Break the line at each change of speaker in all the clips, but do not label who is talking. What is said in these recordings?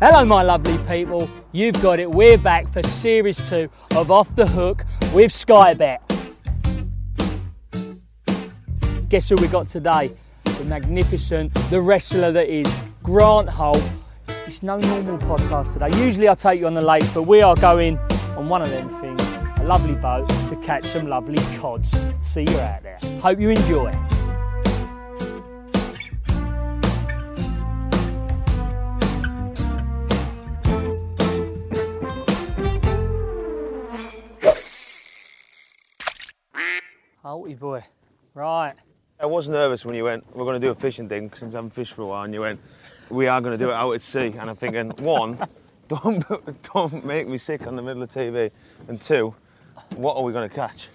Hello, my lovely people. You've got it. We're back for series two of Off the Hook with Sky Bet. Guess who we got today? The magnificent, the wrestler that is Grant Hull. It's no normal podcast today. Usually I take you on the lake, but we are going on one of them things, a lovely boat to catch some lovely cods. See you out there. Hope you enjoy. Alty boy. Right.
I was nervous when you went, we're going to do a fishing thing since I haven't fished for a while, and you went, we are going to do it out at sea. And I'm thinking, one, don't, don't make me sick on the middle of TV, and two, what are we going to catch?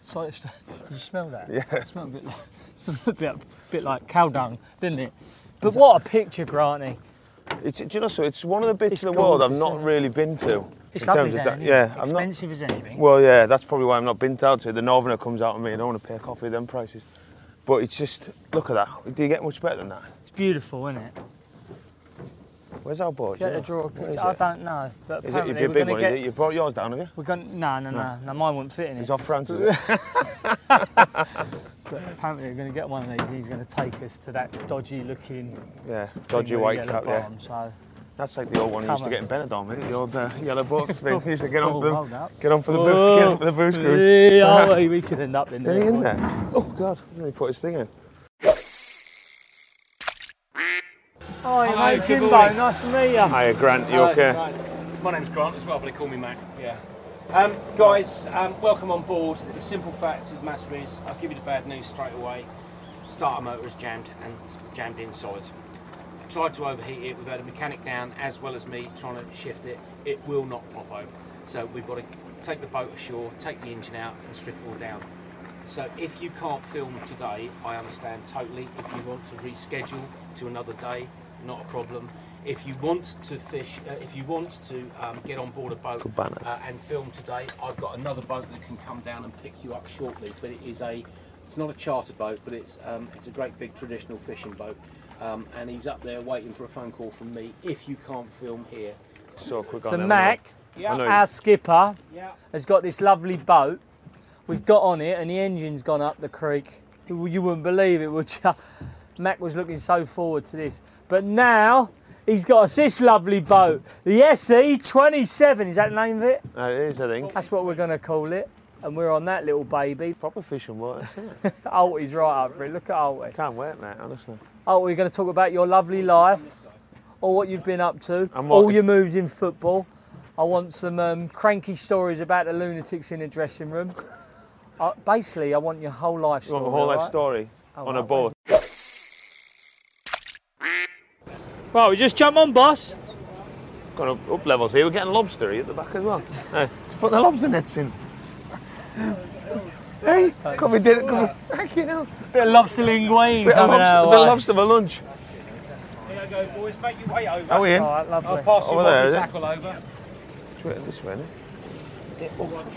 So it's, did you smell that? Yeah. It smelled a bit like, it smelled a bit, bit like cow dung, didn't it? But what a picture, Granny.
It's, do you know, so it's one of the bits
It's
of the world I've
gorgeous,
not
isn't it?
really been to.
It's
in
lovely
terms of
there,
that.
isn't it?
Yeah, I'm not.
Expensive as anything.
Well, yeah, that's probably why I'm not been to out to it. The Northerner comes out on me, I don't want to pay coffee at them prices. But it's just, look at that. Do you get much better than that?
It's beautiful, isn't it?
Where's our board?
Do you have to draw a
Where is
picture? I
it?
don't know. But
Is it it'd
apparently
be a
we're
big
gonna
one?
get,
Is it? You brought yours down, have you?
We're going no, no, no, no. Mine won't fit in it.
It's off France, is it?
But apparently we're going to get one of these. He's going to take us to that dodgy-looking,
Yeah, dodgy
thing with a
white
yellow
cap, yeah.
bottom, So
That's like the old one you used to
Come
get in Benidorm, isn't it? The old uh, yellow box thing. You used to get on
Oh,
for
well
the,
done.
get on for the,
Whoa.
boo- get on for the booze group. Is
Yeah, oh, well, we could end up in there.
any in
boy.
there? Oh, God. He put his thing in.
Hi, mate,
good
Jimbo.
morning.
Nice to meet you.
Hiya, Grant. You
Hi,
okay?
mate.
My name's Grant as well, but they call me Mac. Yeah. Um, guys, um, welcome on board. The simple fact of the matter is, I'll give you the bad news straight away. Starter motor is jammed and it's jammed inside. I tried to overheat it. We've had a mechanic down as well as me trying to shift it. It will not pop over. So we've got to take the boat ashore, take the engine out, and strip it all down. So if you can't film today, I understand totally. If you want to reschedule to another day, not a problem. If you want to fish, uh, if you want to um, get on board a boat
Good banner.
uh, and film today, I've got another boat that can come down and pick you up shortly. But it is a, it's not a charter boat, but it's um, it's a great big traditional fishing boat. Um, and he's up there waiting for a phone call from me. If you can't film here,
So quick on
So
them,
Mac,
Yeah. I know.
our skipper,
yeah.
has got this lovely boat. We've got on it, and the engine's gone up the creek. You you wouldn't believe it, would you? Mac was looking so forward to this, but now he's got us this lovely boat, the SE 27. Is that the name of it?
isn't Uh, it? It is, I think.
That's what we're gonna call it. And we're on that little baby.
Proper fishing water. isn't it?
Alty's right up for it. Look at eh? Alty.
Can't wait, mate, honestly.
Oh, we're going to talk about your lovely life, or what you've been up to,
And what-
all your moves in football. I want some um, cranky stories about the lunatics in the dressing room. Uh, basically, I want your whole life
You
story.
want the whole life
alright? Oh,
story on a
right,
boat?
Right, we just jump on, boss.
Got up, up levels here. We're getting lobster here at the back as well. Hey, let's put the lobster nets in. hey, come and did it. Come and, heck, you know.
Bit of lobster linguine
Bit of
coming our
lobster, bit of
way.
lobster for lunch.
There you go, boys. Make your way over.
How are you?
All right, lovely.
I'll pass you
Over there,
one
is it?
tackle over.
This way,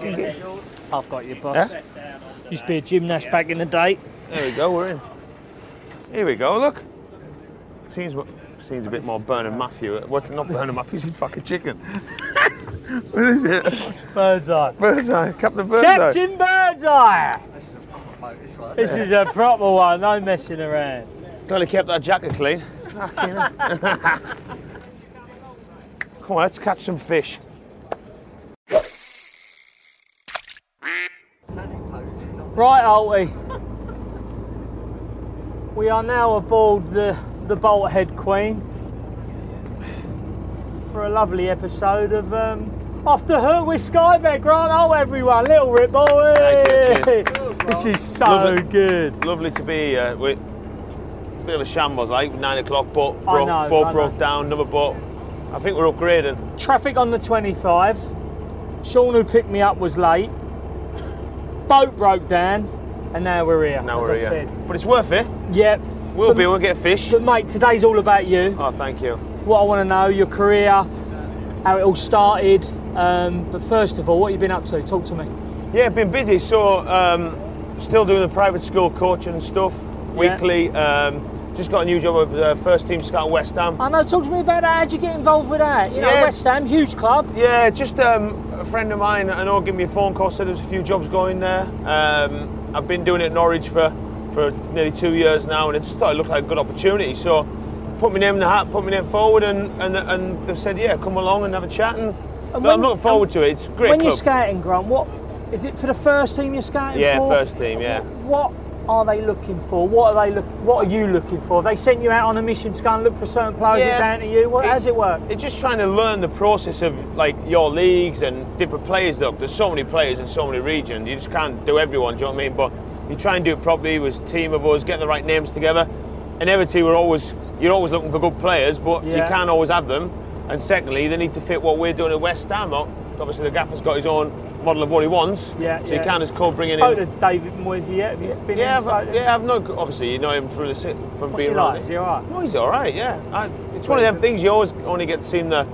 innit?
I've got you, boss. Used to be a gymnast back in the day.
There we go, we're in. Here we go, look. Seems wa- seems a bit more Bernard Matthew. uh, What, not Bernard Matthews, he's fucking chicken. what is it?
Bird's eye.
Birdseye, Captain Birdseye.
Captain Bird's eye. This is a proper one, no messing around.
Glad he kept that jacket clean. Fucking hell. Come on, let's catch some fish.
Right, Alty. We are now aboard the, the Bolthead Queen for a lovely episode of um, Off the Hook with Skybet. Grant oh everyone. Little Rip Boy.
Thank you,
This is so
Love it.
good.
Lovely to be here. We, bit of a shambles, like nine o'clock, boat
I
broke,
know, I
boat
know.
broke down, another boat. I think we're upgrading.
Traffic on the 25. Sean, who picked me up, was late. Boat broke down, and now we're here.
Now
as
we're
I
here.
Said.
But it's worth it.
Yep.
We'll be, we'll get fish.
But, mate, today's all about you.
Oh, thank you.
what I want to know, your career, how it all started. Um, but first of all, what you've been up to? Talk to me.
Yeah, been busy. So, um, still doing the private school coaching and stuff
Yeah.
weekly. Um, Just got a new job with the first team scout West Ham.
I know. Talk to me about that. How'd you get involved with that? You know,
Yeah.
West Ham, huge club.
Yeah, just um, a friend of mine, I know, gave me a phone call, said there was a few jobs going there. Um, I've been doing it at Norwich for, for nearly two years now, and it just thought it looked like a good opportunity. So put my name in the hat, put my name forward, and, and, and they've said, yeah, come along and have a chat. And, look,
when-
I'm looking forward to it. It's a great
when you're
club.
scouting, Grant, what is it for the first team you're scouting
Yeah,
for?
first team, yeah.
What are they looking for? What are they look? What are you looking for? Have they sent you out on a mission to go and look for certain players. Is it
Yeah.
down to you? What,
It-
how's it work?
It's just trying to learn the process of like your leagues and different players. Look, there's so many players in so many regions. You just can't do everyone. Do you know what I mean? But you try and do it properly. With a team of us, get the right names together. In Everton, we're always you're always looking for good players, but
Yeah.
you can't always have them. And secondly, they need to fit what we're doing at West Ham. Obviously, the gaffer's got his own model of what he wants.
Yeah,
So
yeah.
you can't just call bringing
Spoke
in.
to David Moyes yet? Have you been in
yeah,
and spoke
I've,
to-
yeah, I've not. Obviously, you know him from the si- from
What's
being
he
around
like?
it.
Is he alright?
No, he's all right. Yeah, I, it's one of them things you always only get to see in the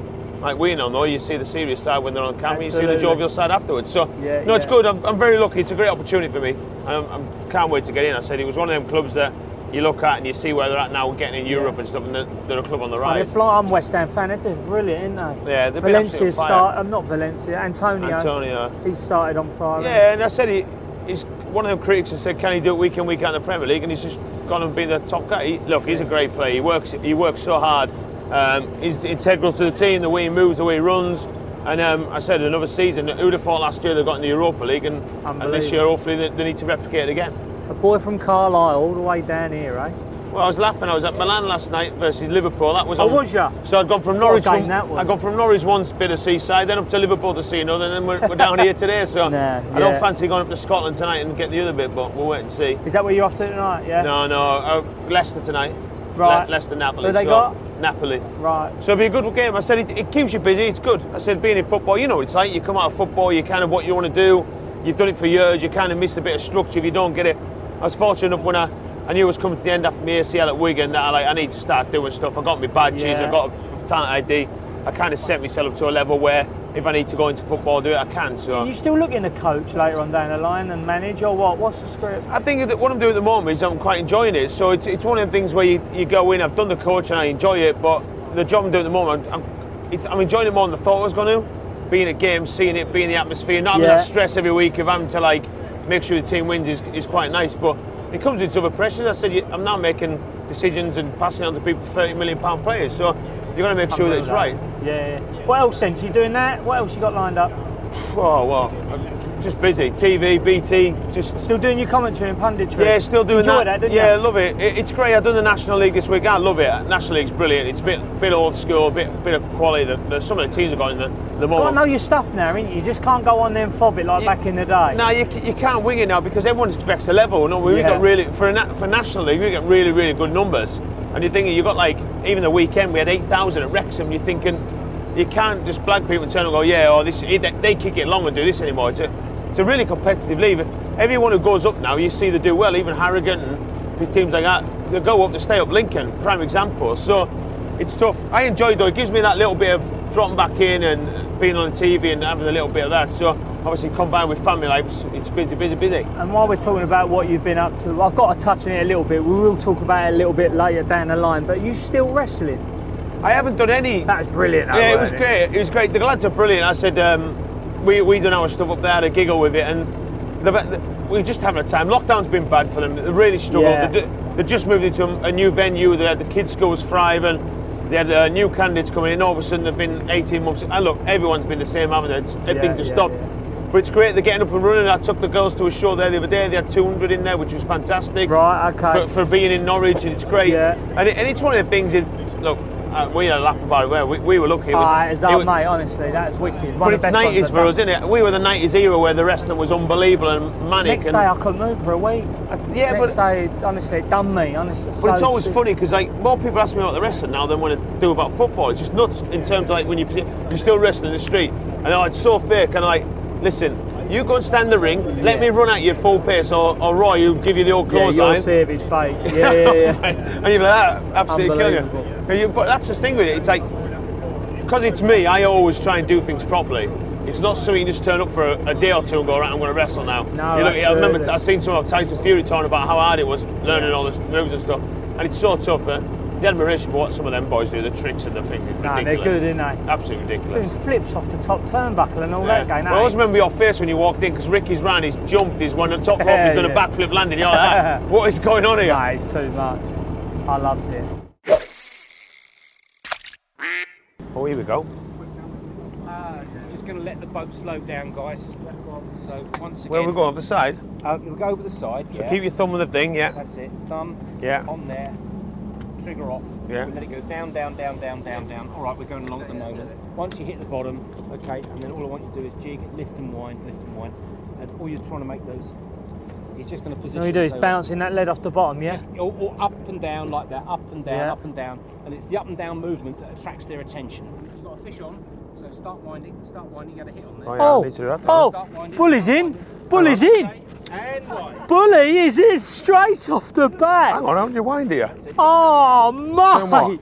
like we know. though. You see the serious side when they're on camera. You see
Absolutely.
the jovial side afterwards. So
Yeah,
no, it's
yeah.
good. I'm, I'm very lucky. It's a great opportunity for me. And I'm, I'm can't wait to get in. I said it was one of them clubs that you look at and you see where they're at now, getting in Europe and stuff, and they're, they're a club on the
I
rise.
mean, like, I'm West Ham fan. They're doing brilliant, aren't they?
Yeah, they've been
Valencia
absolute fire.
start. I'm not Valencia. Antonio.
Antonio.
He started on fire. hasn't
Yeah, and I said he, he's one of them critics that said, "Can he do it week in week out in the Premier League?" And he's just gone and been the top guy. He, look, he's a great player. He works. He works so hard. Um, he's integral to the team. The way he moves, the way he runs. And um, I said another season. Who'd have thought last year they got in the Europa League, and, and this year hopefully they, they need to replicate it again.
he? A boy from Carlisle, all the way down here, eh?
Well, I was laughing. I was at Milan last night versus Liverpool. That was.
Oh,
on-
was ya?
So I'd gone
What
from
a
Norwich.
game
from,
that was.
I'd gone from Norwich once bit of seaside, then up to Liverpool to see another, and then we're, we're down here today. So
Nah,
I don't
yeah.
fancy going up to Scotland tonight and get the other bit, but we'll wait and see.
Is that where you're off to tonight? Yeah.
No, no, uh, Leicester tonight.
Right.
Le- Leicester Napoli.
Who they
so-
got?
Napoli.
Right.
So it'll be a good game. I said it, it keeps you busy. It's good. I said being in football, you know, what it's like you come out of football, you kind of what you want to do. You've done it for years. You kind of miss a bit of structure if you don't get it. I was fortunate enough when I, I knew I was coming to the end after my ACL at Wigan that I like I need to start doing stuff. I got my badges.
Yeah.
I got a talent ID. I kind of set myself up to a level where if I need to go into football, do it. I can. So.
Are you still looking to coach later on down the line and manage, or what? What's the script?
I think that what I'm doing at the moment is I'm quite enjoying it. So it's, it's one of the things where you, you go in, I've done the coach and I enjoy it, but the job I'm doing at the moment, I'm, it's, I'm enjoying it more than I thought I was going to. Being at games, seeing it, being in the atmosphere, not having
Yeah.
that stress every week of having to like make sure the team wins is, is quite nice, but it comes with other pressures. I said, you- I'm now making decisions and passing on to people 30 million pound players, so you've got to make sure that it's right.
Yeah. What else then? So you doing that? What else you got lined up?
Oh, well, I'm just busy. TV, BT, just
Still doing your commentary and punditry?
Yeah, still doing
Enjoy that,
that.
didn't
yeah,
you?
love it. it. It's great. I've done the National League this week. I love it. National League's brilliant. It's a bit, bit old school, a bit, bit of quality. that that some of the teams have got in the, the
Got to know
moment.
your stuff now, ain't you? You just can't go on there and fob it like
Yeah.
back in the day.
No, you, c- you can't wing it now because everyone expects a level. No, we've
Yeah.
got really for a na- for National League, we get really really good numbers. And you're thinking you've got like even the weekend we had eight thousand at Wrexham. You're thinking you can't just blag people and turn and go yeah or this they, they kick it long and do this anymore. It's a it's a really competitive league. Everyone who goes up now, you see they do well. Even Harrogate and big teams like that, they go up, they stay up. Lincoln, prime example. So it's tough. I enjoy it though. It gives me that little bit of dropping back in and being on the TV and having a little bit of that. So obviously combined with family life, it's, it's busy, busy, busy.
And while we're talking about what you've been up to, I've got to touch on it a little bit. We will talk about it a little bit later down the line. But you still wrestling?
I haven't done any
That was brilliant. though,
Yeah, it was
wasn't
great. It was great. The lads are brilliant. I said um, we we done our stuff up there, had a giggle with it, and the, the, we were just having a time. Lockdown's been bad for them. They really struggled.
Yeah.
They, ju- they just moved into a, a new venue. They had the kids' schools thrive, and they had uh, new candidates coming in. All of a sudden, they've been 18 months. And look, everyone's been the same, haven't they? It's, everything
Yeah,
just
yeah,
stopped.
yeah.
But it's great. They're getting up and running. I took the girls to a show there the other day. They had 200 in there, which was fantastic.
Right, okay.
For, for being in Norwich, and it's great.
Yeah.
And, it, and it's one of the things. Is, look, uh, we had a laugh about it. where We, we were lucky. It was-
Ah, it's
it
our
was-
mate, honestly. That is wicked. One
But
of
it's
the best ones
90s
I've
for
done.
us, isn't it? We were the 90s era where the wrestling was unbelievable and manic.
Next
and,
day I couldn't move for a week.
yeah,
Next
but,
day, honestly, it done me. Honestly,
but it's
So
always
sick.
funny because like more people ask me about the wrestling now than want to do about football. It's just nuts in terms of like when you you're still wrestling in the street and oh, it's so fake. And like, listen, you go and stand in the ring, let me run at you full pace, or, or Roy, who'll give you the old
Yeah, you'll
clothesline.
see if it's fake. Yeah, yeah, yeah.
and you're like, that absolutely kill you.
Unbelievable.
And you- But that's the thing with it. It's like, because it's me, I always try and do things properly. It's not something you just turn up for a, a day or two and go, right, I'm going to wrestle now.
No,
you look, I
absolutely.
remember I seen some of Tyson Fury talking about how hard it was learning all this moves and stuff. And it's so tough that the admiration for what some of them boys do, the tricks and the things, is
Nah,
ridiculous.
they're good, ain't they?
Absolutely
Doing
ridiculous.
flips off the top turnbuckle and all that
Yeah.
going
But I always
on.
remember your face when you walked in because Ricky's ran, he's jumped, he's won the top rope, he's done a
Yeah.
backflip landing. You're like, "Ah, what is going on here?
Nah, it's too much. I loved it.
Oh, here we go.
Just going to let the boat slow down, guys. So once again,
Where we go over the side.
Uh, we'll go over the side. yeah.
Keep your thumb on the thing, yeah.
That's it. Thumb
Yeah.
on there. Trigger off.
Yeah.
We let it go down, down, down, down, down, down. All right, we're going along at the moment. Once you hit the bottom, okay, and then all I want you to do is jig, lift and wind, lift and wind, and all you're trying to make those. He's just going to position.
All you do is
so-
bouncing that lead off the bottom, yeah?
Just or, or up and down like that, up and down,
Yeah.
up and down, and it's the up and down movement that attracts their attention. You've got a fish on, so start winding, start winding. You got a hit on there.
Oh, yeah, I
Oh,
need to do that. don't I?
oh, bully's in, bully's in.
And wind.
Bully is in straight off the back.
Hang on, how do you wind here?
Oh,
Turn what?
mate.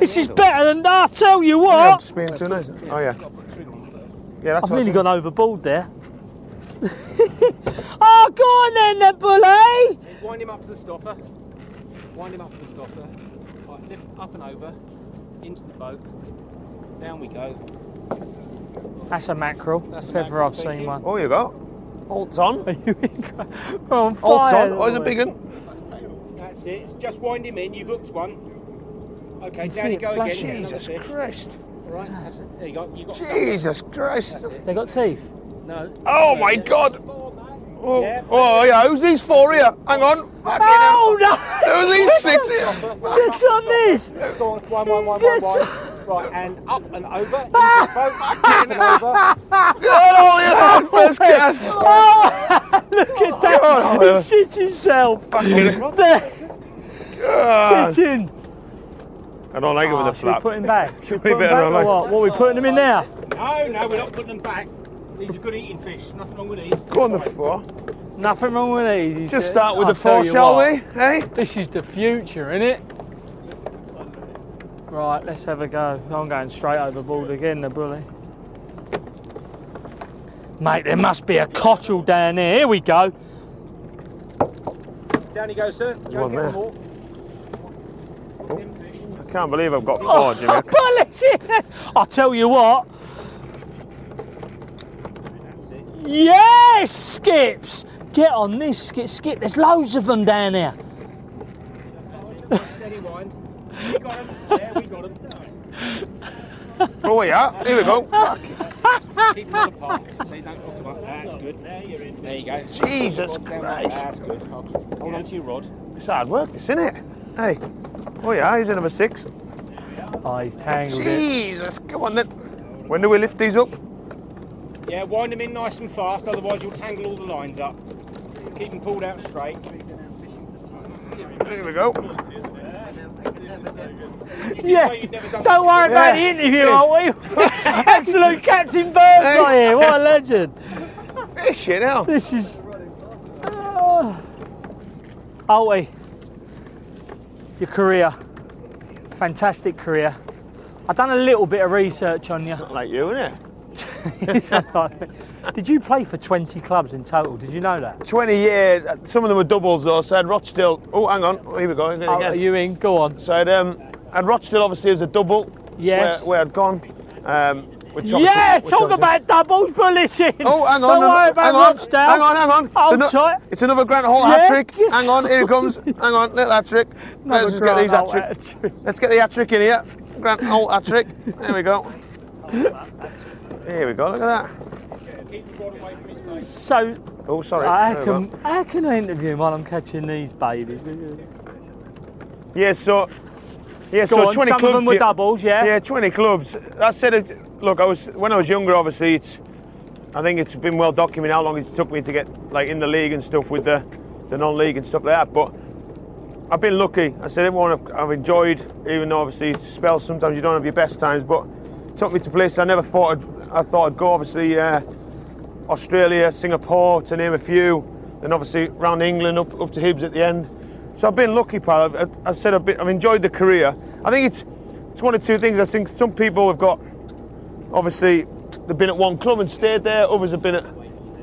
This is better than that, I tell you
Yeah, I'm
what.
just being too nice. Oh, yeah.
Got to put the trigger on first.
Yeah, that's
I've
what I
nearly
said.
gone overboard there. oh, go on then, then, Bully.
Wind him up to the stopper. Wind him up to the stopper. Right, lift up and over into the boat. Down we go.
That's a mackerel,
That's a
if ever
mackerel,
I've
thank
seen
you.
one.
Oh, here we go. Holt's on.
Are you in? We're on
Holt's
fire,
on. Oh, it's
aren't
a
we?
big one.
That's it. It's just wind him in. You've hooked one. Okay, down
see
you
it
go
flashing.
again.
Jesus Christ.
Right, that's it. There you go. You got some.
Jesus Christ.
They got teeth.
No.
Oh, my God. Oh,
Yeah.
oh, yeah. Who's these four here? Hang on. Fucking hell.
Oh, no.
Who's these six here?
It's on this.
Go on, wind, wind, wind, wind, wind. Right, and up and over. Into the boat. Up and over.
Oh, yeah. First cast.
Look at that. He shit himself. The
Ah,
pigeon.
I don't like it with
Oh,
the
should we
flap.
put him back? Should we put
be
him
better
back
on
or
like-
what? What, are we putting him in there?
No, no, we're not putting them back. These are good eating fish. Nothing wrong with these.
Go on the floor.
Nothing wrong with these. you
Just
see.
start with
I'll
the four,
tell you
shall
what,
we? Hey?
This is the future, innit? Right, let's have a go. I'm going straight overboard again, the bully. Mate, there must be a cottle down there. Here we go.
Down you go, sir. Go
one
and get
there.
them all.
I can't believe I've got
Oh,
four, Jimmy.
bully's in. I tell you what. Yes, skips. Get on this, skip. Skip. There's loads of them down there.
Steady wind. We got him. Yeah, we got him.
Oh, yeah. Here we go.
Keep them apart. So you don't look about. That's good. There you're in. There you go.
Jesus
Down like that.
Christ.
That's good. Hold on to your rod.
It's hard work, this, isn't it? Hey. Oh yeah, he's another six.
Oh, he's tangled it.
Jesus, come on then. When do we lift these up?
Yeah, wind them in nice and fast, otherwise you'll tangle all the lines up. Keep them pulled out straight.
Here we go.
Yeah.
You've never done
Don't worry about the
Yeah.
interview, aren't we? Absolute Captain Birdseye here. What a legend.
Fish, you know.
This is. Oh, Alty, your career, fantastic career. I've done a little bit of research on you.
Like you, innit?
It's alright. Did you play for 20 clubs in total? Did you know that?
20 year, some of them were doubles though, so I had Rochdale. Oh, hang on, here we go. Again.
Oh, are you in? Go on.
So I had, um, I had Rochdale obviously as a double.
Yes.
Where, where I'd gone. Um, which obviously-
Yeah,
which
talk
obviously-
about doubles bulleting.
Oh, hang on.
Don't
hang on,
worry about
hang on,
Rochdale.
Hang on, hang on. It's
Hold
ano-
tight.
It's another Grant Hall
Yeah,
hat trick.
yes.
Hang on, here it comes. hang on, little hat trick. Let's just get
Another
these hat
Grant
trick.
Holt hat trick.
Let's get the hat trick in here. Grant Holt hat trick. There we go. Here we go, look at that.
Keep the rod away from his face.
So,
Oh, sorry. There
how
we
can,
go.
how can I interview while I'm catching these, baby?
Yeah, so. Yeah,
Go
so
on,
20
some
clubs.
of them were
yeah.
doubles, yeah?
Yeah, 20 clubs. That said, it- look, I was when I was younger, obviously, it's, I think it's been well documented how long it took me to get like in the league and stuff with the, the non-league and stuff like that. But I've been lucky. I said everyone I've, I've enjoyed, even though obviously it's a spell. Sometimes you don't have your best times, but it took me to places I never thought I'd, I thought I'd go. Obviously, uh, Australia, Singapore, to name a few. Then obviously round England up, up to Hibs at the end. So I've been lucky, pal. I've, I've- I said I've, been, I've enjoyed the career. I think it's it's one of two things. I think some people have got obviously they've been at one club and stayed there. Others have been at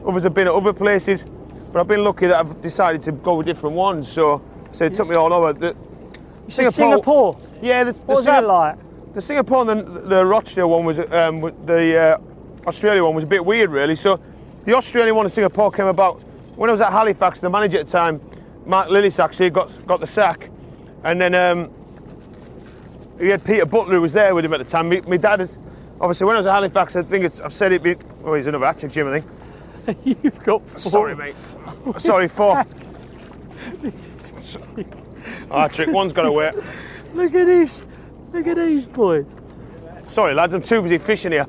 others have been at other places. But I've been lucky that I've decided to go with different ones. So so it took me all over. The,
You said Singapore.
Yeah, the, the
What was
Singa-
that like?
The Singapore and the, the Rochdale one was um, the uh, Australia one was a bit weird, really. So the Australian one in Singapore came about when I was at Halifax. The manager at the time, Mark Lillis, actually got got the sack, and then um, he had Peter Butler who was there with him at the time. Me- My dad, had, obviously, when I was at Halifax, I think it's, I've said it. be- Well, he's another hat trick, Jim, I think.
You've got four.
Sorry, mate. Sorry, four. Ah, trick one's got to work.
Look at these. Look at these boys.
Sorry, lads, I'm too busy fishing here.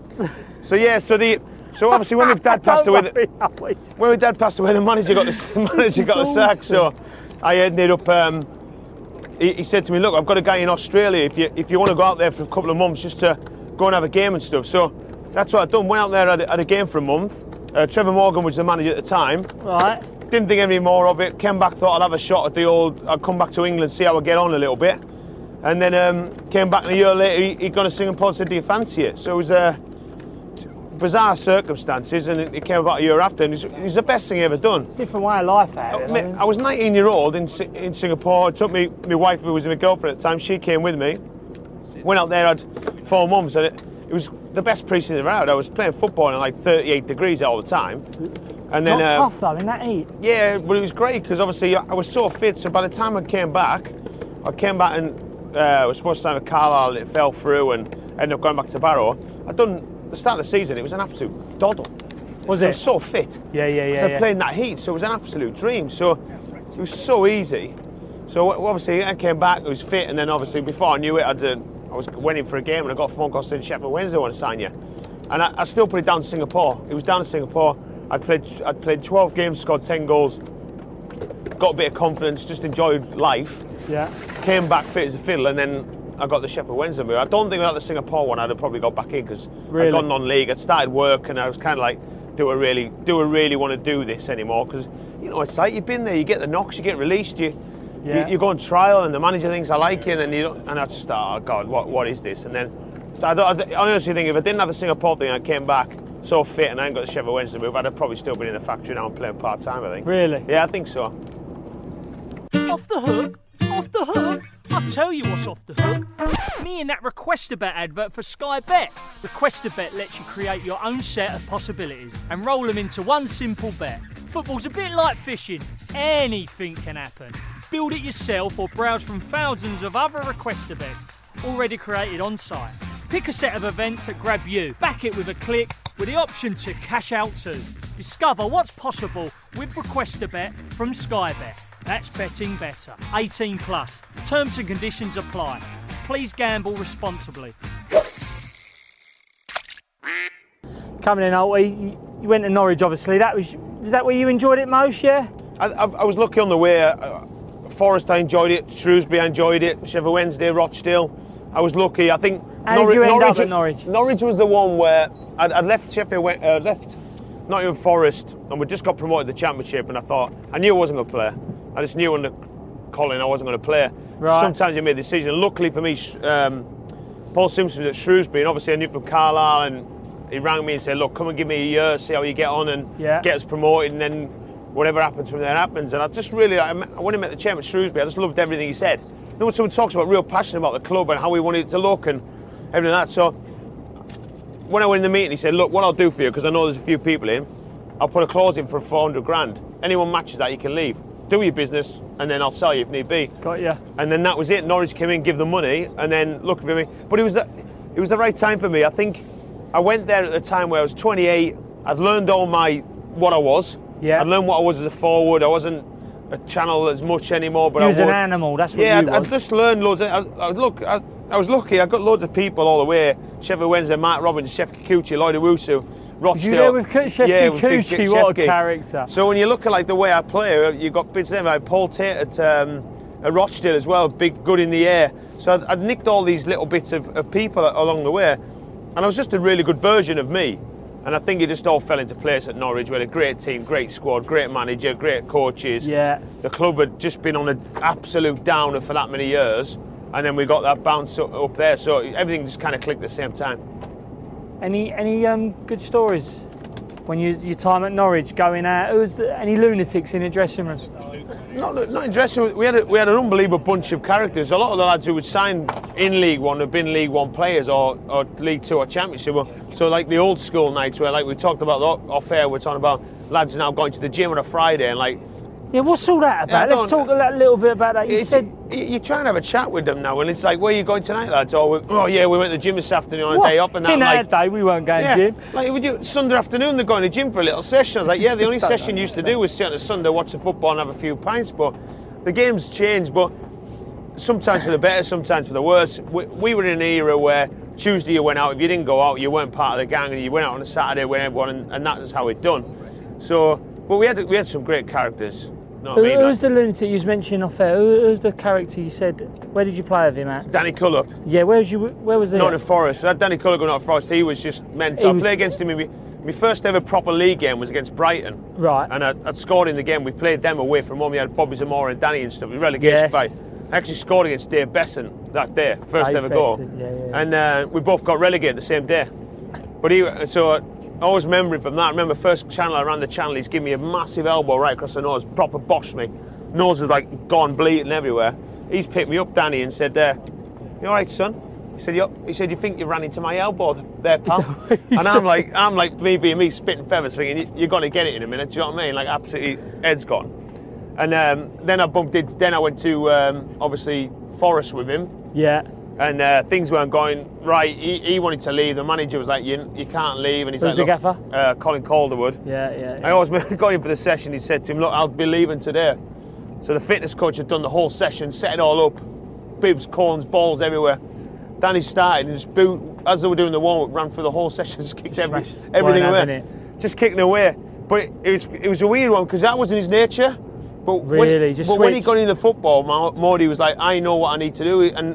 So yeah, so the so obviously when my dad passed
Don't
away, the,
worry, Alex.
when my dad passed away, the manager got the manager
is
got the sack. So
awesome.
I ended up. Um, he, he said to me, "Look, I've got a guy in Australia. If you if you want to go out there for a couple of months, just to go and have a game and stuff." So that's what I done. Went out there, had, a- had a game for a month. Uh, Trevor Morgan was the manager at the time.
Right.
Didn't think any more of it. Came back, thought I'll have a shot at the old. I'll come back to England, see how I get on a little bit. And then um, came back and a year later. He, he got a Singapore and said, "Do you fancy it?" So it was uh, bizarre circumstances, and it, it came about a year after. And it's, it's the best thing he ever done.
Different way of life out
I,
here.
mean, I was 19 year old in, Si- in Singapore. It took me my wife, who was my girlfriend at the time. She came with me. Went out there. Had four months, and it, it was the best preseason ever had. I was playing football in like 38 degrees all the time. And then
Not
uh,
tough though in that heat.
yeah, but it was great because obviously I was so fit. So by the time I came back, I came back and uh, I was supposed to sign with Carlisle. It fell through and ended up going back to Barrow. I done the start of the season. It was an absolute doddle.
Was
I
it?
was so fit.
Yeah, yeah, yeah,
So
yeah.
I played in that heat, so it was an absolute dream. So it was so easy. So w- obviously I came back, I was fit, and then obviously before I knew it, I'd, uh, I was went in for a game and I got a phone call saying Sheffield Wednesday want to sign you, and I, I still put it down to Singapore. It was down to Singapore. I played I would played 12 games, scored 10 goals, got a bit of confidence, just enjoyed life.
Yeah.
Came back fit as a fiddle, and then I got the Sheffield Wednesday move. I don't think without the Singapore one, I'd have probably got back in because
Really?
I'd gone non-league. I'd started work, and I was kind of like, do I really, do I really want to do this anymore? Because you know, it's like you've been there, you get the knocks, you get released, you.
Yeah.
You, you go on trial and the manager thinks I like you, and then you don't, and I just start. Oh God, what what is this? And then so I, don't- I th- I honestly think if I didn't have the Singapore thing, I came back so fit and I hadn't got the Sheffield Wednesday move, I'd have probably still been in the factory now and playing part time. I think.
Really?
Yeah, I think so.
Off the hook, off the hook. I'll tell you what's off the hook. Me and that request a bet advert for Sky Bet. Request a bet lets you create your own set of possibilities and roll them into one simple bet. Football's a bit like fishing, anything can happen. Build it yourself or browse from thousands of other request a bets already created on site. Pick a set of events that grab you, back it with a click with the option to cash out to. Discover what's possible with Request a Bet from Sky Bet. That's betting better. 18 plus. Terms and conditions apply. Please gamble responsibly. Coming in, Alty, you you went to Norwich, obviously. That was was that where you enjoyed it most? Yeah.
I, I, I was lucky on the way. Uh, Forest, I enjoyed it. Shrewsbury, I enjoyed it. Sheffield Wednesday, Rochdale. I was lucky. I think.
How did you end up at Norwich?
was the one where I'd, I'd left Sheffield, Wed- uh, left Nottingham Forest, and we just got promoted to the Championship. And I thought I knew I wasn't going to play. I just knew under Colin I wasn't going to play.
Right.
Sometimes you make a decision. Luckily for me, Sh- um, Paul Simpson was at Shrewsbury, and obviously I knew from Carlisle, and he rang me and said, "Look, come and give me a year, see how you get on, and
Yeah.
get us promoted, and then whatever happens from there happens." And I just really, I met- when I met the chairman at Shrewsbury, I just loved everything he said. You know, when someone talks about real passion about the club and how we wanted it to look and everything like that. So when I went in the meeting, he said, "Look, what I'll do for you, because I know there's a few people in, I'll put a clause in for 400 grand. Anyone matches that, you can leave. Do your business, and then I'll sell you if need be."
Got you.
and then that was it. Norwich came in, give the money, and then look for me. But it was the, it was the right time for me. I think I went there at the time where I was 28. I'd learned all my what I was.
Yeah.
I'd learned what I was as a forward. I wasn't a channel as much anymore. But
You was
I
an
would-
animal. That's what
yeah,
you
I, I
was.
just learned loads. Of, I, I was look, I, I was lucky. I got loads of people all the way. Sheffield Wednesday, Mark Robbins, Chef Kikuchi, Lloyd Owusu, Rochdale.
there with Ku- Chef
Yeah, with Big
Kikuchi?
Chef
What a
Ki.
character.
So when you look at like the way I play, you got bits there like Paul Tate at, um, at Rochdale as well, big good in the air. So I'd, I'd nicked all these little bits of, of people along the way, and I was just a really good version of me. And I think it just all fell into place at Norwich. We had a great team, great squad, great manager, great coaches.
Yeah.
The club had just been on an absolute downer for that many years, and then we got that bounce up, up there. So everything just kind of clicked at the same time.
Any any um, good stories when you your time at Norwich going out? Who was the, any lunatics in the dressing room?
Not, not interesting. We had a, we had an unbelievable bunch of characters. A lot of the lads who would sign in League One have been League One players or, or League Two or Championship. Well, So like the old school nights where like we talked about lo- off air, we're talking about lads now going to the gym on a Friday and like
Yeah, what's all that
Yeah, I
about? Let's
don't-
talk a li- little bit about that. You
it's-
said
y- you're trying to have a chat with them now and it's like where are you going tonight, lads? Or oh yeah, we went to the gym this afternoon on a
what?
day off and that.
in
I'm
our
like,
day we weren't going
yeah,
gym.
like would you, Sunday afternoon they're going to the gym for a little session. I was like, yeah, the only
Don't know.
session you used to do was sit on a Sunday, watch the football, and have a few pints. But the game's changed, but sometimes for the better, sometimes for the worse. We, we were in an era where Tuesday you went out, if you didn't go out, you weren't part of the gang, and you went out on a Saturday with everyone, and, and that's how it done. So, but we had we had some great characters. Know what I
Who,
mean?
who's the lunatic you was mentioning off there? Who, who's the character you said? Where did you play with him at?
Danny Cullup,
Yeah, where was you? Where was he?
Nottingham
at?
Forest. That Danny Cullup going out of Forest, he was just
He
mental.
was-
I played against him in my- my first ever proper league game was against Brighton.
Right.
And I'd, I'd scored in the game. We played them away from home. We had Bobby Zamora and Danny and stuff. We relegation
Yes.
fight. I actually scored against Dave Besson that day, first
Dave
ever goal.
Besson, yeah, yeah, yeah.
And uh, we both got relegated the same day. But he, so I always remember him from that. I remember first channel I ran the channel. He's giving me a massive elbow right across the nose, proper bosh me. Nose is like gone bleeding everywhere. He's picked me up, Danny, and said, uh, "You all right, son?" He said, "Yup." He said, "You think you ran into my elbow there, pal?"
He said-
and I'm like, I'm like me being me, spitting feathers, thinking "You- you're gonna get it in a minute. Do you know what I mean? Like absolutely, head's gone. And um, then I bumped into. Then I went to um, obviously Forest with him
Yeah.
and uh, things weren't going right. He, he wanted to leave. The manager was like, "You, you can't leave." And he's
Who's
like,
the
"Look,"
gaffer?
Uh, Colin Calderwood.
Yeah, yeah,
I
yeah.
always got in for the session. He said to him, "Look, I'll be leaving today." So the fitness coach had done the whole session, set it all up, bibs, corns, balls everywhere. Danny started and just boot as they were doing the warm up, ran through the whole session, just kicked every,
Smashed.
everything
Weren't
away,
having it.
just kicking away. But it, it was it was a weird one because that wasn't his nature. But when-
Really? Just
but when he
switched?
got into football, Ma- Maudie was like, "I know what I need to do," and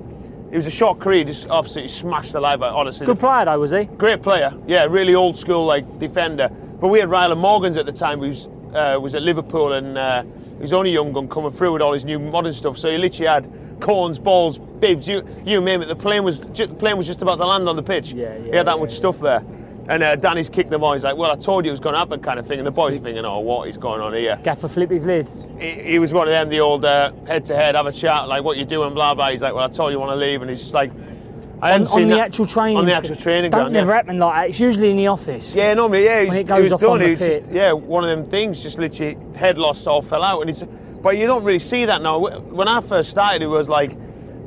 it was a short career. Just absolutely smashed the life out. Honestly,
Good player though, was he?
Great player, yeah, really old school like defender. But we had Rylan Morgans at the time, who's uh, was at Liverpool, and uh, he's only a young gun coming through with all his new modern stuff. So he literally had corns, balls, bibs, you you name it. The plane was ju- the plane was just about to land on the pitch.
Yeah, yeah,
He had that
yeah,
much
yeah.
stuff there, and uh, Danny's kicked them on. He's like, "Well, I told you it was going to happen," kind of thing. And the boys are thinking, "Oh, what is going on here?"
Gaffer flipped his lid.
he, he was one of them, the old uh, head-to-head, have a chat, like what you doing, blah blah. He's like, "Well, I told you I want to leave," and he's just like, "I
On, on
hadn't seen
the
that-
actual training.
on the
field.
actual training
Don't
ground." yeah.
never happen like that. It's usually in the office.
Yeah, normally, yeah, he's,
it goes
he was
off
done.
on the
he was just-
pitch.
yeah, one of them things, just literally head lost, all fell out, and it's. But you don't really see that now. When I first started, it was like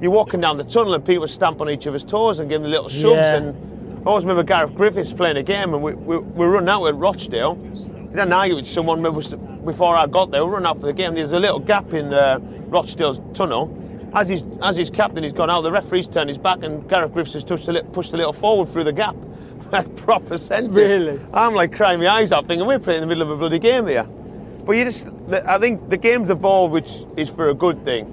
you're walking down the tunnel and people stamp on each other's toes and giving little shoves.
Yeah.
And I always remember Gareth Griffiths playing a game, and we we, we were running out at Rochdale. He had an argument with someone maybe it was before I got there. We were running out for the game. There's a little gap in uh, Rochdale's tunnel. As his as his captain, he's gone out. The referee's turned his back, and Gareth Griffiths has touched the little, pushed the little forward through the gap. Proper centre.
Really?
I'm like crying my eyes out thinking we're playing in the middle of a bloody game here. But you just, I think the game's evolved, which is for a good thing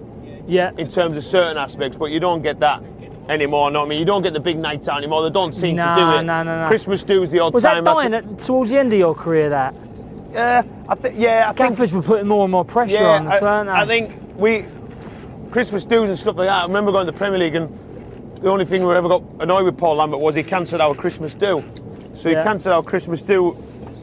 Yeah.
in terms of certain aspects, but you don't get that anymore. No, I mean, you don't get the big nights out anymore. They don't seem
Nah,
to do it.
nah, nah, nah.
Christmas do's the odd
Was that
time.
dying at, towards the end of your career? That
Uh, I think, yeah, I think
gaffers were putting more and more pressure on us,
I,
weren't they?
I think we Christmas dues and stuff like that. I remember going to the Premier League and the only thing we ever got annoyed with Paul Lambert was he cancelled our Christmas do. So he
Yeah.
cancelled our Christmas do,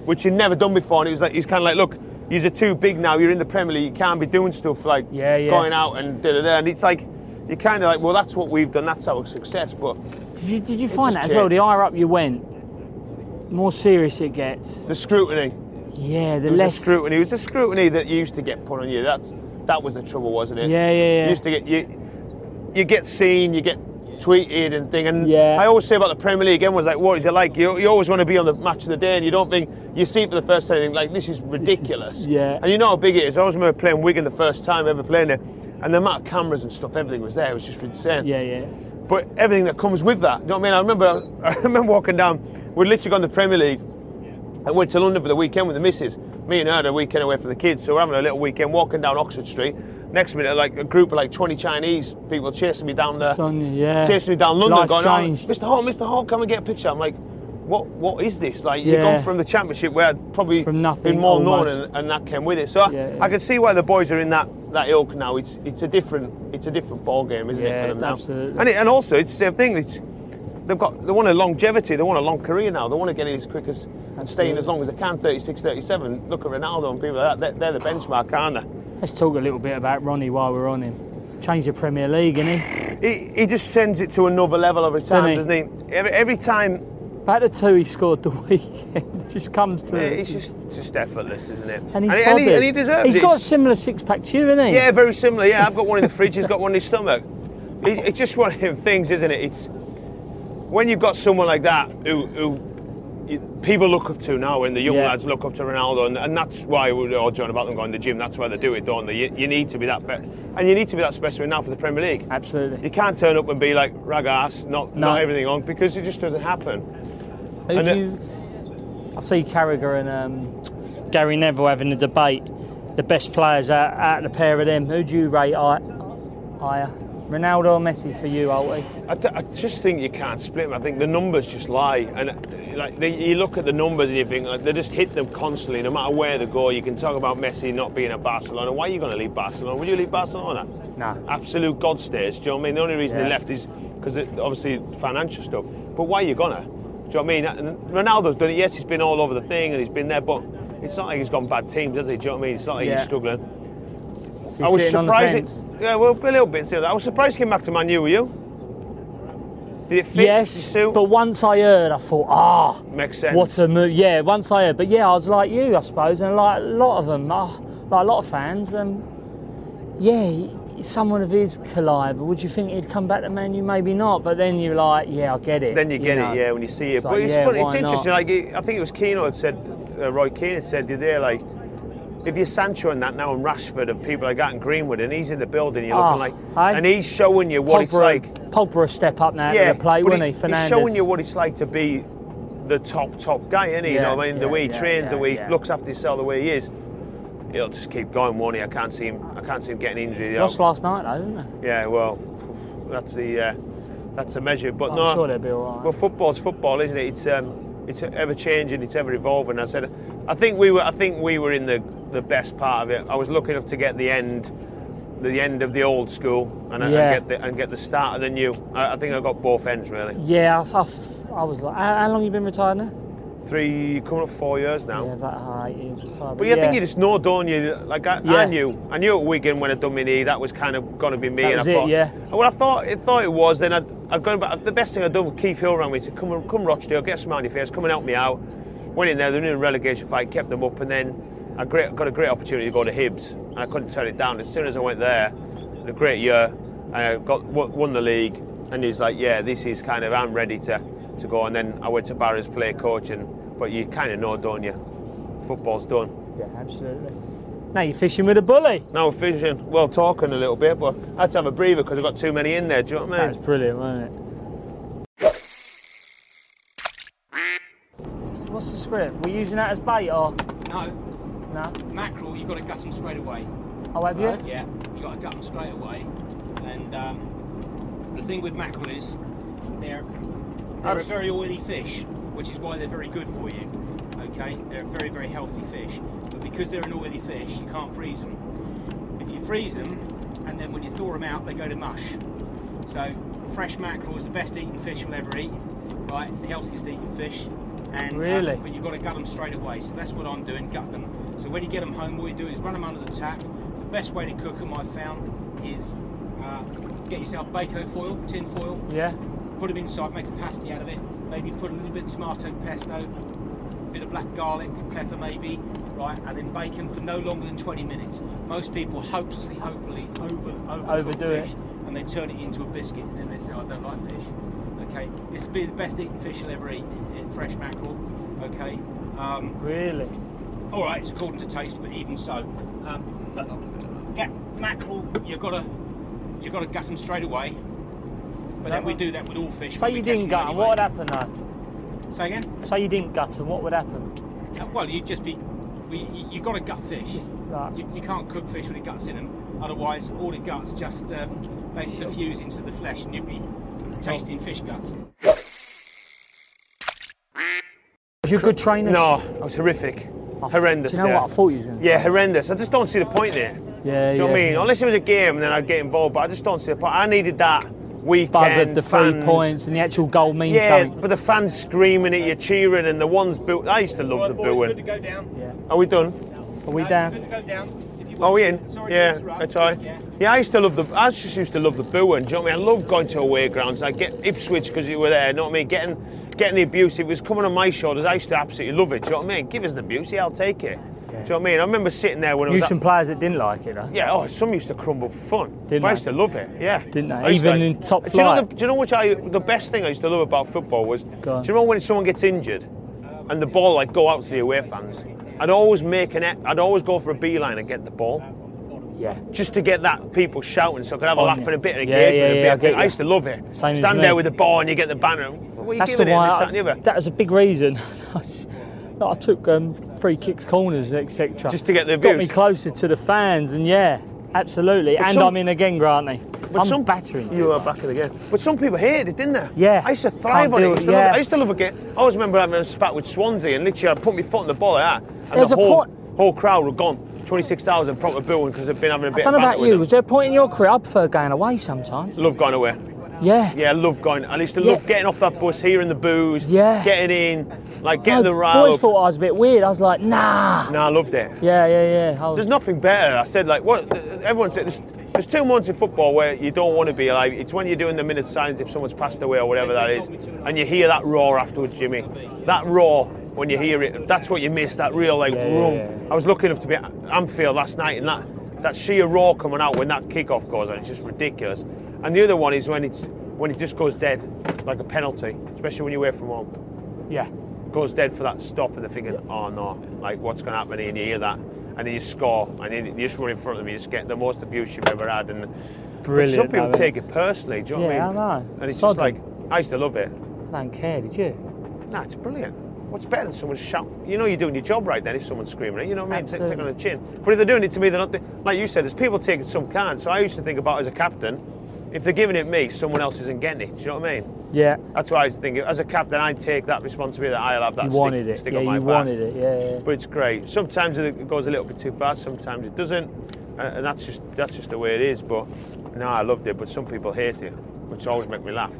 which he'd never done before, and it was like he's kind of like, look, you're too big now. You're in the Premier League. You can't be doing stuff like
Yeah, yeah.
going out and da da da. And it's like you're kind of like, well, that's what we've done. That's our success. But
Did you, did you find
just
that as well?
changed.
The higher up you went, more serious it gets.
the scrutiny,
Yeah, the
It was
less.
the scrutiny. It was the scrutiny that used to get put on you. That's that was the trouble, wasn't it?
Yeah, yeah, yeah.
You used to get you, you get seen, you get tweeted and thing. And
Yeah.
I always say about the Premier League, everyone's like, "What is it like?" You, you always want to be on the match of the day, and you don't think you see it for the first time. And think, like this is ridiculous.
yeah.
And you know how big it is. I always remember playing Wigan the first time ever playing it, and the amount of cameras and stuff, everything was there. It was just insane
yeah, yeah.
but everything that comes with that. You know what I mean? I remember, I remember walking down. We'd literally gone to the Premier League. I went to London for the weekend with the missus. Me and her had a weekend away from the kids, so we're having a little weekend walking down Oxford Street. Next minute, like a group of like 20 Chinese people chasing me down
Just
the,
on you, yeah.
chasing Uh, me down London,
Life's
going, "Oh,
changed."
Mr. Hall, Mr. Hall, come and get a picture. I'm like, what, what is this? Like,
Yeah.
you've gone from the championship where I'd probably
From nothing,
been more
almost.
known, and, and that came with it. So I,
Yeah, yeah.
I can see why the boys are in that, that ilk now. It's it's a different it's a different ball game, isn't
Yeah,
it, for them now?
absolutely.
And it, and also it's the same thing. It's, they've got they want a longevity. They want a long career now. They want to get in as quick as and stay in as long as they can. 36, 37. Look at Ronaldo and people like that. They're, they're the benchmark, aren't they?
Let's talk a little bit about Ronnie while we're on him. Change the Premier League, innit?
He, he just sends it to another level every time,
Doesn't
doesn't he? Every, every time,
About the two he scored the weekend. It just comes to us.
it's just just effortless, isn't it?
And he's
he, and, he,
bothered.
and he deserves
He's
it.
got a similar six pack to you, isn't he?
Yeah, very similar. Yeah, I've got one in the fridge. He's got one in his stomach. It, it's just one of them things, isn't it? It's when you've got someone like that who, who you- people look up to now, and the young
Yeah.
lads look up to Ronaldo, and, and that's why we're all joking about them going to the gym. That's why they do it, don't they? You, you need to be that, be- and you need to be that specimen now for the Premier League. You
Absolutely.
can't turn up and be like rag ass, not,
No.
not everything on, because it just doesn't happen.
Who
And
do
it-
you, I see Carragher and um, Gary Neville having a debate. The best players out, out of the pair of them. Who do you rate hi- higher? Ronaldo or Messi for you, Alty?
I, th- I just think you can't split them. I think the numbers just lie, and uh, like they, you look at the numbers and you think like, they just hit them constantly, no matter where they go. You can talk about Messi not being at Barcelona. Why are you going to leave Barcelona? Would you leave Barcelona?
No.
Absolute god stays. Do you know what I mean? The only reason
Yeah.
they left is because obviously financial stuff. But why are you gonna? Do you know what I mean? And Ronaldo's done it. Yes, he's been all over the thing and he's been there, but it's not like he's gone bad teams, has he? Do you know what I mean? It's not like
Yeah.
he's struggling.
Is he sitting on the fence?
It, yeah, well, a little bit. I was surprised he came back to Man U. Were you? Did it fit?
Yes,
Did it suit?
but once I heard, I thought, ah,
Makes sense.
what a move. Yeah, once I heard, but yeah, I was like you, I suppose, and like a lot of them, ah, like a lot of fans, and yeah, he- someone of his caliber, would you think he'd come back to Man U? Maybe not, but then you're like, yeah, I get it.
Then you get
know.
it, yeah, when you see it.
It's
but
like,
it's
yeah,
funny.
why
It's
not?
interesting. Like it- I think it was Keane had said, uh, Roy Keane had said the other day, like, if you're Sancho and that now and Rashford and people like that and Greenwood and he's in the building, you're
Ah,
looking like,
aye.
and he's showing you what it's
Pogba,
like.
Pogba a step up now to the play,
but
wouldn't he,
he-
Fernandes?
He's showing you what it's like to be the top, top guy, isn't he? you
Yeah,
know what I mean?
yeah,
the way he
yeah,
trains, the
yeah,
way he
yeah.
looks after himself, the way he is. He'll just keep going, won't he? I can't see him. I can't see him getting injured. you know?
Lost last night, though, didn't they?
Yeah, well, that's the uh, that's the measure. But
I'm
no,
sure they'll be all right.
Well, football's football, isn't it? It's um, it's ever changing. It's ever evolving. I said, I think we were. I think we were in the the best part of it. I was lucky enough to get the end, the end of the old school, and, I-
Yeah.
and get the and get the start of the new. I, I think I got both ends really.
Yeah, I, was- I f- I was like, how, how long you been retired now?
Three coming up four years now.
Yeah, it's like, ah, eight years retired.
But you
yeah.
think you just know, don't you? Like I,
Yeah.
I knew, I knew at Wigan when I done my knee, that was kind of going to be me.
That
and
was
I
it,
thought,
yeah.
Well, I thought, I thought it was. Then I, I gone back. The best thing I done with Keith Hill around me to come, come Rochdale, get a smile on your face, come and help me out. Went in there, they were in a relegation fight, kept them up, and then I great, got a great opportunity to go to Hibs, and I couldn't turn it down. As soon as I went there, a great year, I uh, got won won the league, and he's like, yeah, this is kind of I'm ready to, to go. And then I went to Barra's play coach, and but you kind of know, don't you? Football's done.
Yeah, absolutely. Now you're fishing with a bully.
Now we're finishing, well, talking a little bit, but I had to have a breather because I've got too many in there, do you know what I
That's
mean?
brilliant, wasn't it? S- What's the script? We're using that as bait or
No,
no?
mackerel, you've got to gut them straight away.
Oh, have
Uh,
you?
Yeah, you got to gut them straight away. And um, the thing with mackerel is they're they're a
That's-
very oily fish, which is why they're very good for you. Okay, they're a very very healthy fish, but because they're an oily fish, you can't freeze them. If you freeze them, and then when you thaw them out, they go to mush. So fresh mackerel is the best eating fish you'll ever eat. Right, it's the healthiest eating fish. And um,
Really?
but you've got to gut them straight away. So that's what I'm doing, gut them. So when you get them home, what you do is run them under the tap. The best way to cook them, I've found, is uh, get yourself bako foil, tin foil,
Yeah.
put them inside, make a pasty out of it. Maybe put a little bit of tomato pesto, a bit of black garlic, pepper maybe, right, and then bake them for no longer than 20 minutes. Most people hopelessly, hopefully, over, over
Overdo it.
fish, and they turn it into a biscuit, and then they say, I don't like fish. Okay, this will be the best eating fish you'll ever eat, eh, fresh mackerel. Okay, um,
Really?
all right, it's according to taste, but even so, um, but get mackerel. You've got to, you've got to gut them straight away. But then we do that with all fish.
Say
when we
you
catch
didn't
them
gut 'em,
anyway.
what would happen though?
Say again?
Say you didn't gut 'em, what would happen?
Uh, Well, you'd just be. We, you, you've got to gut fish.
Just like-
You, you can't cook fish with the guts in them. Otherwise, all the guts just um, they suffuse into the flesh, and you'd be tasting fish guts.
Was you a good trainer?
No, I was horrific.
I-
horrendous.
Oh, Do you know
yeah.
what I thought you was going to
Yeah, horrendous. I just don't see the point there.
Yeah,
Do you know what I
yeah.
mean? Unless it was a game, then I'd get involved, but I just don't see the point. I needed that weekend.
Buzz of the three
fans.
points and the actual goal means
Yeah,
something.
but the fans screaming at you, cheering, and the ones boo. I used to love the booing.
go down.
Are we done?
Are we down?
to go down. If you
Are we in?
Oh, Sorry
Oh,
to
yeah,
interrupt.
that's all right.
Yeah.
Yeah. I used to love the. I just used to love the booing. Do you know what I mean? I love going to away grounds. I get Ipswich because you were there. You know what I mean? Getting, getting the abuse. It was coming on my shoulders. I used to absolutely love it. Do you know what I mean? Give us the abuse. Yeah, I'll take it. Do you know what I mean? I remember sitting there when I
Knew
was. at-
some players that didn't like it though.
yeah, oh, some used to crumble for fun.
Didn't
but I
they?
used to love it, yeah.
Didn't they?
I used to
Even in top
do you, know the,
flight?
do you know which I, the best thing I used to love about football was, do
Go on.
you remember when someone gets injured and the ball like go out to the away fans? I'd always make an, e- I'd always go for a beeline and get the ball.
Yeah.
Just to get that people shouting so I could have a
On
laugh
you.
and a bit of
Yeah,
engagement.
yeah,
a bit
yeah,
of
I get
fun. I
you.
used to love it.
Same as
Stand
me.
there with the ball and you get the banner. What are you
That's the
giving it?
why.
and this, that,
I,
and the other.
that was a big reason. Like, I took um, free kicks, corners, etc.
Just to get the
Got me
abuse.
closer to the fans, and yeah, absolutely. and
some-
I'm in again, Granty. I'm battering.
You are back in the game. But some people hated it, didn't they?
Yeah.
I used to thrive
Can't
on it.
do
I
it,
used, to love it.
yeah.
I used to love a game. I always remember having a spat with Swansea and literally I'd put my foot on the ball like that. And
There's
the
a
whole,
point-
whole crowd were gone. 26,000 proper booing because they've been having a
I
bit
don't know
of banter
about
with
you.
them.
Was there a point in your career I prefer going away sometimes?
Love going away.
Yeah.
Yeah, I love going. I used to
Yeah.
love getting off that bus, hearing the booze,
Yeah.
getting in, like getting
My
the rile.
boys thought I was a bit weird. I was like, nah.
Nah, I loved it.
Yeah, yeah, yeah. I was-
There's nothing better. I said like, what? Everyone said there's, there's two months in football where you don't want to be alive. It's when you're doing the minute signs if someone's passed away or whatever that is, and you hear that roar afterwards, Jimmy. That roar when you hear it, that's what you miss. That real like
Yeah, yeah,
room.
yeah.
I was lucky enough to be at Anfield last night, and that that sheer roar coming out when that kickoff goes, and it's just ridiculous. And the other one is when it's when it just goes dead, like a penalty, especially when you're away from home
Yeah.
goes dead for that stop and they're thinking, oh no, like what's going to happen here? And you hear that, and then you score, and then you just run in front of them, you just get the most abuse you've ever had. And but
Brilliant,
some people
I mean.
take it personally, do you know
Yeah,
what I
I
mean?
know.
And it's
Sod
just like, I used to love it.
I don't care, did you?
Nah, it's brilliant. What's better than someone shouting? You know you're doing your job right then if someone's screaming it, you know what I mean? Take- Take it on the chin. But if they're doing it to me, they're not, do- like you said, there's people taking some can. So I used to think about as a captain, if they're giving it me, someone else isn't getting it. Do you know what I mean?
Yeah.
That's why I was thinking, as a captain, I take that responsibility. that I'll have that
You
stick,
wanted it.
stick
Yeah,
on
you
my back.
wanted it. Yeah, yeah.
but it's great. Sometimes it goes a little bit too fast, sometimes it doesn't, uh, and that's just that's just the way it is. But no, I loved it. But some people hate it, which always make me laugh.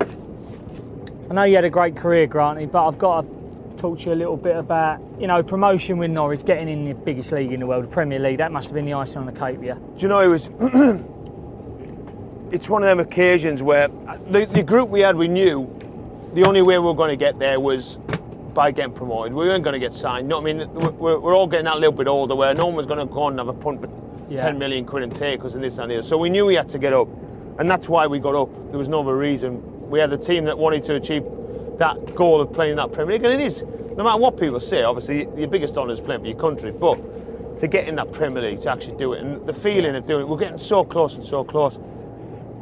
I know you had a great career, Granty, but I've got to talk to you a little bit about, you know, promotion with Norwich, getting in the biggest league in the world, the Premier League. That must have been the icing on the cake, yeah.
Do you know it was? it's one of them occasions where the, the group we had, we knew the only way we were going to get there was by getting promoted. We weren't going to get signed. You know what I mean? We- We're, we're all getting that little bit older where no one was going to go on and have a punt for
Yeah.
10 million quid and take us and this and the other. So we knew we had to get up. And that's why we got up. There was no other reason. We had a team that wanted to achieve that goal of playing in that Premier League. And it is, no matter what people say, obviously, your biggest honour is playing for your country. But to get in that Premier League, to actually do it, and the feeling of doing it, we're getting so close and so close.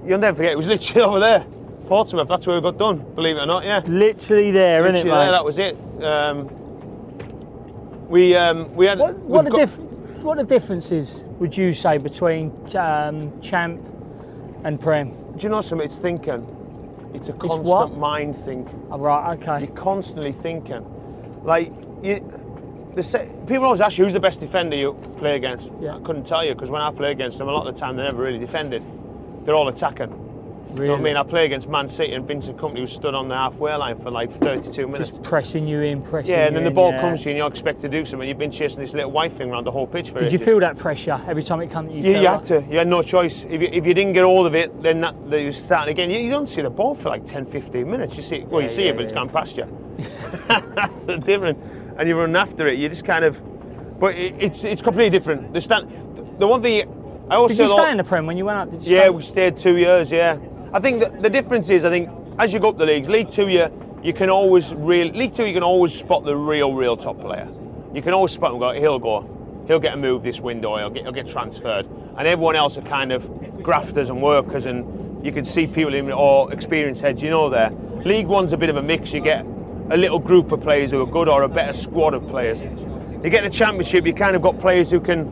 You'll never forget, it was literally over there. Portsmouth, that's where we got done, believe it or not, yeah.
Literally there,
Literally
isn't it, mate?
there, that was it. Um, we um, we had
what
we'd
what, the
got-
diff- what the differences would you say between um, Champ and Prem?
Do you know something? It's thinking. It's a constant
what?
mind thinking.
Oh, right, okay.
You're constantly thinking. Like you, the se- people always ask you who's the best defender you play against.
Yeah.
I couldn't tell you because when I play against them, a lot of the time they never really defended. They're all attacking. You know what I
Really?
mean? I play against Man City and Vincent Company who stood on the halfway line for like 32 minutes.
Just pressing you in, pressing
yeah, and
you
then the
in,
ball
yeah.
comes to you and you're expected to do something. You've been chasing this little white thing around the whole pitch for
Did you
ages.
feel that pressure every time it came to you?
Yeah,
felt
you
like-
had to. You had no choice. If you, if you didn't get hold of it, then that, then you start again. You, you don't see the ball for like 10, 15 minutes. You see, well, you
Yeah,
see
yeah,
it, but it's
yeah.
gone past you. That's the difference. And you run after it. You just kind of, but it, it's it's completely different. The stand, the one thing I also
Did you stay in the Prem when you went up? Did you
yeah,
stay-
we stayed two years. Yeah, I think the, the difference is I think as you go up the leagues, League Two, you you can always real League Two, you can always spot the real, real top player. You can always spot him. Go, he'll go, he'll get a move this window. He'll get, he'll get transferred. And everyone else are kind of grafters and workers, and you can see people in or experienced heads. You know, there. League One's a bit of a mix. You get a little group of players who are good, or a better squad of players. You get the championship, you kind of got players who can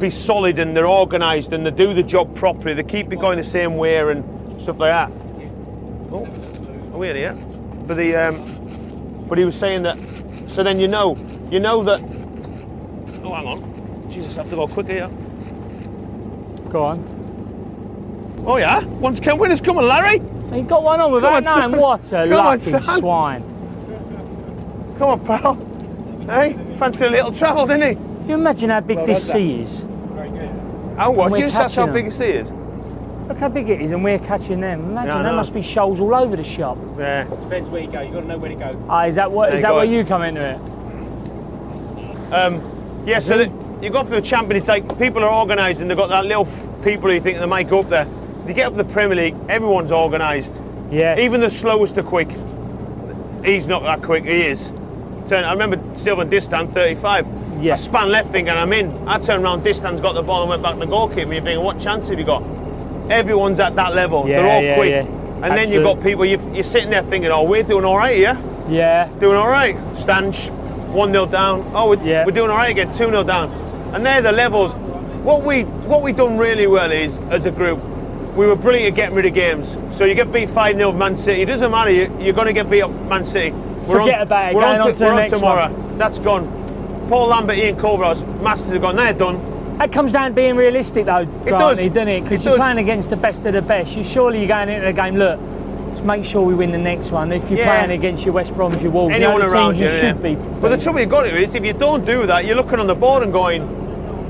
be solid and they're organised and they do the job properly. They keep it going the same way and stuff like that. Oh, are we in here? But the um, but he was saying that. So then you know, you know that. Oh, hang on. Jesus, I have to go quicker here.
Go on.
Oh yeah, once Ken Winners come on, Larry.
He got one on without
Come on,
knowing.
son.
What a
Come on,
lucky
son.
swine.
Come on, pal. Hey, fancy a little travel, didn't he?
you imagine how big
Well
this
done,
sea is?
Very good.
How what?
we're
Do you just that's
catching
how
them.
big you see it?
Look how big it is, and we're catching them. Imagine
Yeah, I
there
know.
must be shoals all over the shop.
Yeah.
Depends where you go. You've got to know where to go.
Ah, is that what?
There
Is
you
that
go.
where you come into it?
Yeah, so that you go for the champion, it's like people are organised and they've got that little f- people who think they might go up there. They get up to the Premier League, everyone's organised.
Yes.
Even the slowest are quick. He's not that quick, he is. Turn, I remember Sylvan Distan, 35.
Yeah.
I span left thing and I'm in. I turned round, Distan's got the ball and went back to the goalkeeper. You're thinking, what chance have you got? Everyone's at that level.
Yeah,
They're all
yeah,
quick.
yeah.
And then you've got people, you've, you're sitting there thinking, oh, we're doing all right here
yeah.
doing all right. Stanch, 1 0 down. Oh, we're,
Yeah.
we're doing all right again, 2 0 down. And they're the levels. What we what we done really well is, as a group, we were brilliant at getting rid of games. So you get beat 5 0 Man City. It doesn't matter, you, you're going to get beat up Man City.
Forget about it,
We're
going
on,
on to the
we're
next one.
tomorrow. That's gone. Paul Lambert, Ian Culver's masters have gone, they're done.
That comes down to being realistic, though, Grant,
does.
doesn't it?
It
Because you're
does.
playing against the best of the best. You surely you're going into the game. Look, just make sure we win the next one. If you're
Yeah.
playing against your West Broms, your Wolves,
Anyone
you know, the
around
teams you
yeah.
should be.
But the trouble you've got here is, if you don't do that, you're looking on the board and going,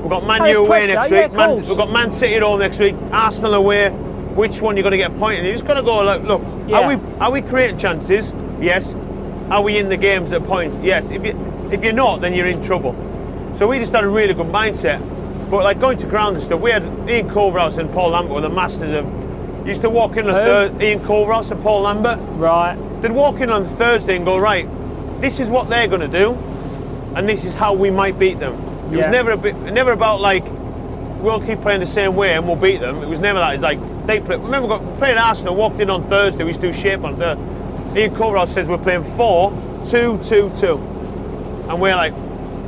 we've got Man
Oh, it's
U away
pressure,
next
yeah,
week, Man-
course.
we've got Man City at home next week, Arsenal away. Which one you're going to get a point? in? you just got to go like, look,
Yeah.
are we are we creating chances? Yes. Are we in the games at points? Yes. If you if you're not, then you're in trouble. So we just had a really good mindset. But like going to ground and stuff, we had Ian Culverhouse and Paul Lambert were the masters of. Used to walk in on a
Who?
third, Ian Culverhouse and Paul Lambert
right.
they'd walk in on Thursday and go, right, this is what they're going to do, and this is how we might beat them. It was
Yeah.
never a bit, never about like we'll keep playing the same way and we'll beat them. It was never that. It's like they play. Remember, we got, playing Arsenal walked in on Thursday. We used to do shape on the. Ian Courage says we're playing four, two, two, two, and we're like,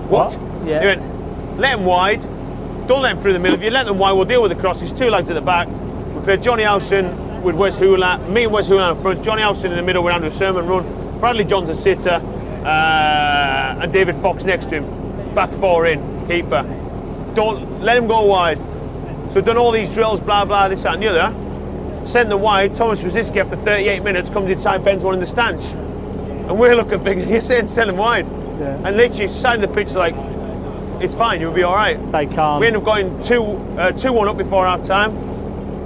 what?
What? Yeah.
He went, let them wide. Don't let them through the middle. If you let them wide, we'll deal with the crosses. Two lads at the back. We played Johnny Howson with Wes Houlihan. Me and Wes Houlihan in front. Johnny Howson in the middle with Andrew Sermon run. Bradley Johnson sitter. Uh, and David Fox next to him. Back four in. Keeper. Don't let him go wide. So we've done all these drills, blah, blah, this, that, and the other. Sent them wide. Thomas Rosiski, after 38 minutes, comes inside, bends one in the stanch. And we're looking thinking, you're saying sell him wide.
Yeah.
And literally, side of the pitch, like, it's fine, you'll be all right.
Stay calm.
We ended up going 2 uh, 2 1 up before half time.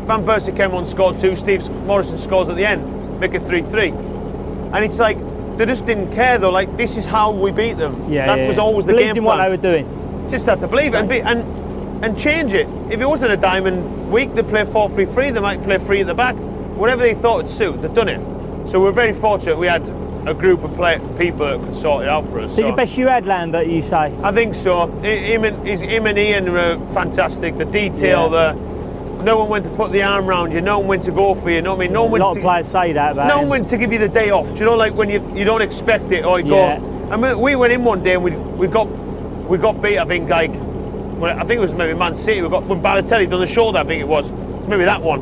Van Persie came on, scored two. Steve Morrison scores at the end, make it 3 3. And it's like, they just didn't care though. Like, this is how we beat them.
yeah,
that
yeah,
was
yeah.
always the
Believed
game
in
plan
what they were doing.
just have to believe it and, be, and and change it. If it wasn't a diamond week, they play 4 3 3, they might play 3 at the back. Whatever they thought would suit, they've done it. So we're very fortunate we had a group of play, people that could sort it out for us.
So, the best you had, Lambert, you say?
I think so. Hi- Him and, his, him and Ian were fantastic. The detail, the no one went to put the arm round you, no one went to go for you, no, I mean, no
a
one
lot
to-
of players say that about
no
him.
one to give you the day off. Do you know, like when you, you don't expect it, or you
Yeah.
go. I mean, we went in one day and we we got we got beat. I think like well, I think it was maybe Man City. We got when Balotelli done the shoulder. I think it was. It's maybe that one.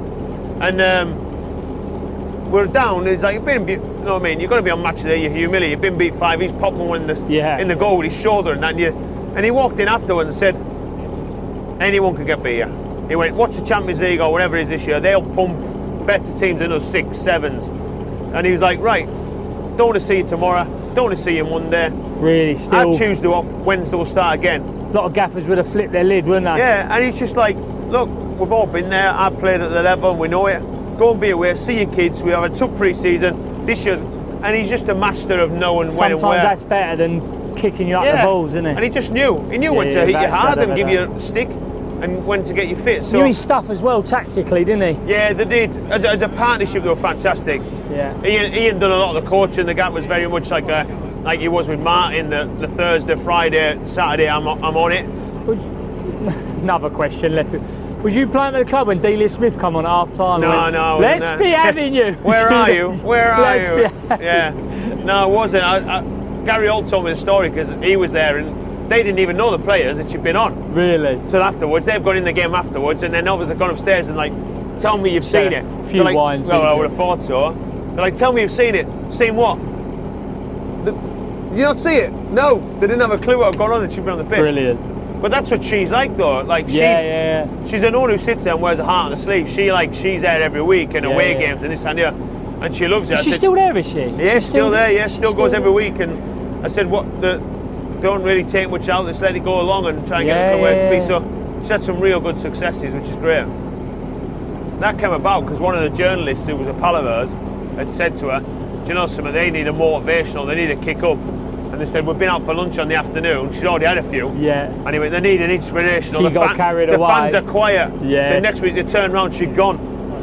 And um, we're down. It's like you've been. You know what I mean? You've got to be on match of the day. You're humiliated. You've been beat five. He's popping one in the
Yeah.
in the goal with his shoulder and that. And, you, and he walked in afterwards and said, anyone could get beat here. He went, watch the Champions League or whatever it is this year, they'll pump better teams than us, six, sevens. And he was like, right, don't want to see you tomorrow, don't want to see you Monday.
Really, still.
I Tuesday off, Wednesday we'll start again.
A lot of gaffers would have flipped their lid, wouldn't they?
Yeah, and he's just like, look, we've all been there, I've played at the level, we know it. Go and be aware, see your kids, we have a tough pre-season this year. And he's just a master of knowing when and
Sometimes
where.
that's better than kicking you out the balls, isn't it?
And he just knew. He knew when
Yeah,
to hit you
that's- I
hard
don't
and
know
give you a stick and when to get you fit. So
Knew his stuff as well, tactically, didn't he?
Yeah, they did. As a, as a partnership, they were fantastic.
Yeah.
Ian, Ian done a lot of the coaching. The gap was very much like a, like he was with Martin. The, the Thursday, Friday, Saturday, I'm, I'm on it.
Another question left. Was you playing at the club when Delia Smith come on at half time?
No,
went,
no. I wasn't
Let's
there.
be having you.
Where are you? Where are
Let's
you?
Be having
Yeah. No, it wasn't. I, I, Gary Old told me the story because he was there and they didn't even know the players that you've been on.
Really?
till afterwards. They've gone in the game afterwards, and then obviously they've gone upstairs and like, tell me you've seen
Yeah,
it.
a few
They're like,
wines
Well, I
into
would have thought so. They're like, tell me you've seen it. Seen what? The, Did you not see it? No, they didn't have a clue what had gone on. That she'd been on the pitch.
Brilliant.
But that's what she's like, though. Like she,
Yeah, yeah, yeah.
she's an one who sits there and wears a heart on the sleeve. She like, she's there every week and
Yeah,
away
yeah.
games and this and that, and she loves it. I
She's
said-
still there, is she?
yeah,
She's
still there. Yeah,
she's
still goes
there?
every week. And I said, what the don't really take much out, just let it go along and try and
Yeah,
get it where
yeah,
it's to be. So she's had some real good successes, which is great. That came about because one of the journalists who was a pal of hers had said to her, Do you know something? They need a motivational, they need a kick up. And they said, We've been out for lunch on the afternoon, she'd already had a few.
Yeah.
And he went, They need an inspirational.
She
the
got carried
the
away.
fans are quiet. So
Yes.
next week they turn round, she'd gone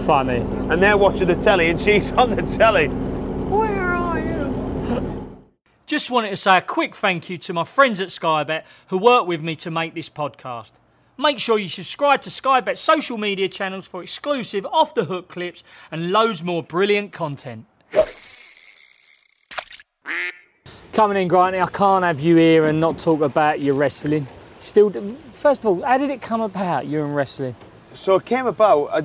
Funny.
and they're watching the telly and she's on the telly. Where are you?
Just wanted to say a quick thank you to my friends at Skybet who work with me to make this podcast. Make sure you subscribe to Skybet's social media channels for exclusive off the hook clips and loads more brilliant content. Coming in, Granty, I can't have you here and not talk about your wrestling. Still, first of all, how did it come about, you and wrestling?
So it came about. uh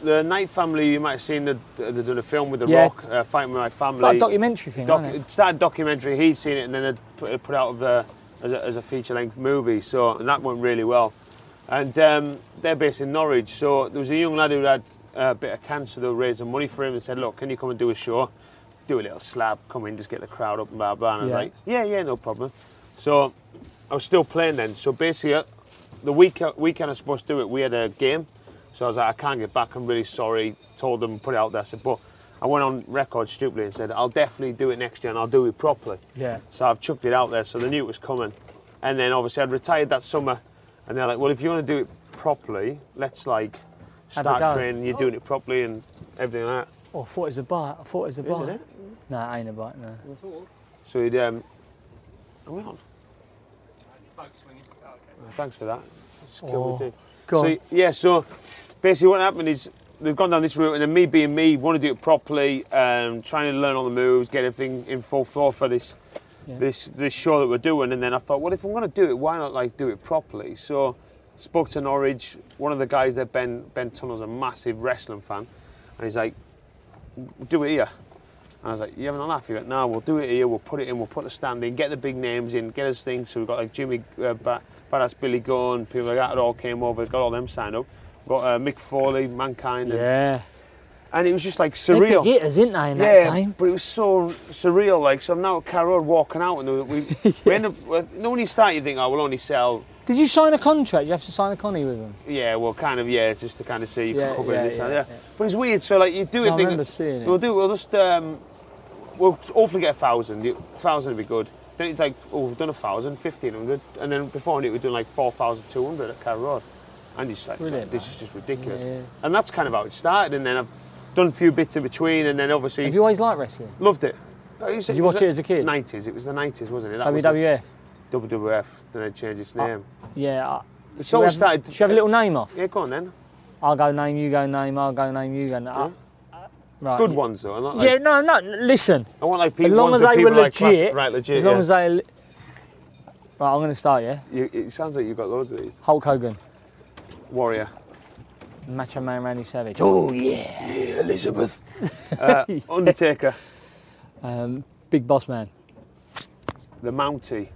the Knight family, you might have seen, the, they did a film with The
Yeah.
Rock, uh, Fighting With My Family.
It's like a documentary thing,
Doc-
isn't it?
it started documentary, he'd seen it, and then they'd put, it put out of the, as a, as a feature length movie. So and that went really well. And um, they're based in Norwich. So there was a young lad who had uh, a bit of cancer. They were raising money for him and said, Look, can you come and do a show? Do a little slab, come in, just get the crowd up and blah, blah. And I was
Yeah.
like, Yeah, yeah, no problem. So I was still playing then. So basically, uh, the week, weekend I was supposed to do it, we had a game. So I was like, I can't get back. I'm really sorry. Told them, put it out there. I said, but I went on record stupidly and said, I'll definitely do it next year and I'll do it properly.
Yeah.
So I've chucked it out there, so they knew it was coming. And then obviously I'd retired that summer, and they're like, well, if you want to do it properly, let's like
Have a
start
go.
training. You're doing it properly and everything like that.
Oh, I thought it was a bite. I thought it was a bite.
it?
No, it ain't a bite, no.
So he'd. Um, are we on?
Boat swinging. Okay.
Well, Thanks for that. Just killed me
Oh,
too.
go on.
So yeah, so basically what happened is they've gone down this route, and then me being me, want to do it properly, um, trying to learn all the moves, get everything in full flow for this
Yeah.
this this show that we're doing. And then I thought, well, if I'm going to do it, why not like do it properly? So spoke to Norwich, one of the guys there, Ben Ben Tunnel's a massive wrestling fan, and he's like, do it here. And I was like, you having a laugh? He went, no, we'll do it here, we'll put it in, we'll put the stand in, get the big names in, get us things. So we've got like Jimmy, uh, ba- Badass Billy Gunn, people like that all came over, got all them signed up. We've got uh, Mick Foley, Mankind. And,
Yeah.
and it was just like
They're
surreal.
big hitters, ain't they, in
yeah,
that game?
but it was so surreal. Like, so I'm now at Carroll walking out, and we, we end up, with, you know, when you start, you think, oh, we'll only sell,
Did you sign a contract? You have to sign a connie with them.
yeah, well, kind of, yeah, just to kind of see you
Yeah,
can cover
yeah,
it, this and
yeah,
that. Yeah. But it's weird, so like, you do it,
I
think,
remember seeing it.
We'll do, we'll just, um, we'll hopefully get a thousand. A thousand would be good. Then it's like, oh, we've done a thousand, fifteen hundred, and then before it, we're doing like 4,200 at Carroll Road. And it's like,
Brilliant,
this is just ridiculous.
Yeah, yeah.
And that's kind of how it started, and then I've done a few bits in between, and then obviously.
Have you always liked wrestling?
Loved it. Oh, It was-
Did you
was
watch
the
it as a kid?
90s. It was the 90s, wasn't it? That was the
WWF?
WWF. Then they changed its name.
Yeah. I-
it's
Ah. should we
always
have-
started.
Should we have a little Uh, name off?
Yeah, go on then.
I'll go name, you go name, I'll go name, you go name. I- I- right.
Good
yeah.
ones though. Not like,
Yeah, no, no, listen.
I want like
As
people.
long as
ones that
they were
people like
legit.
class- right, legit.
As long
yeah.
as they. Right, I'm going to start, yeah?
You, it sounds like you've got loads of these.
Hulk Hogan,
Warrior.
Macho Man Randy Savage. Oh, yeah.
Elizabeth. Uh, Undertaker.
Um, Big Boss Man.
The Mountie.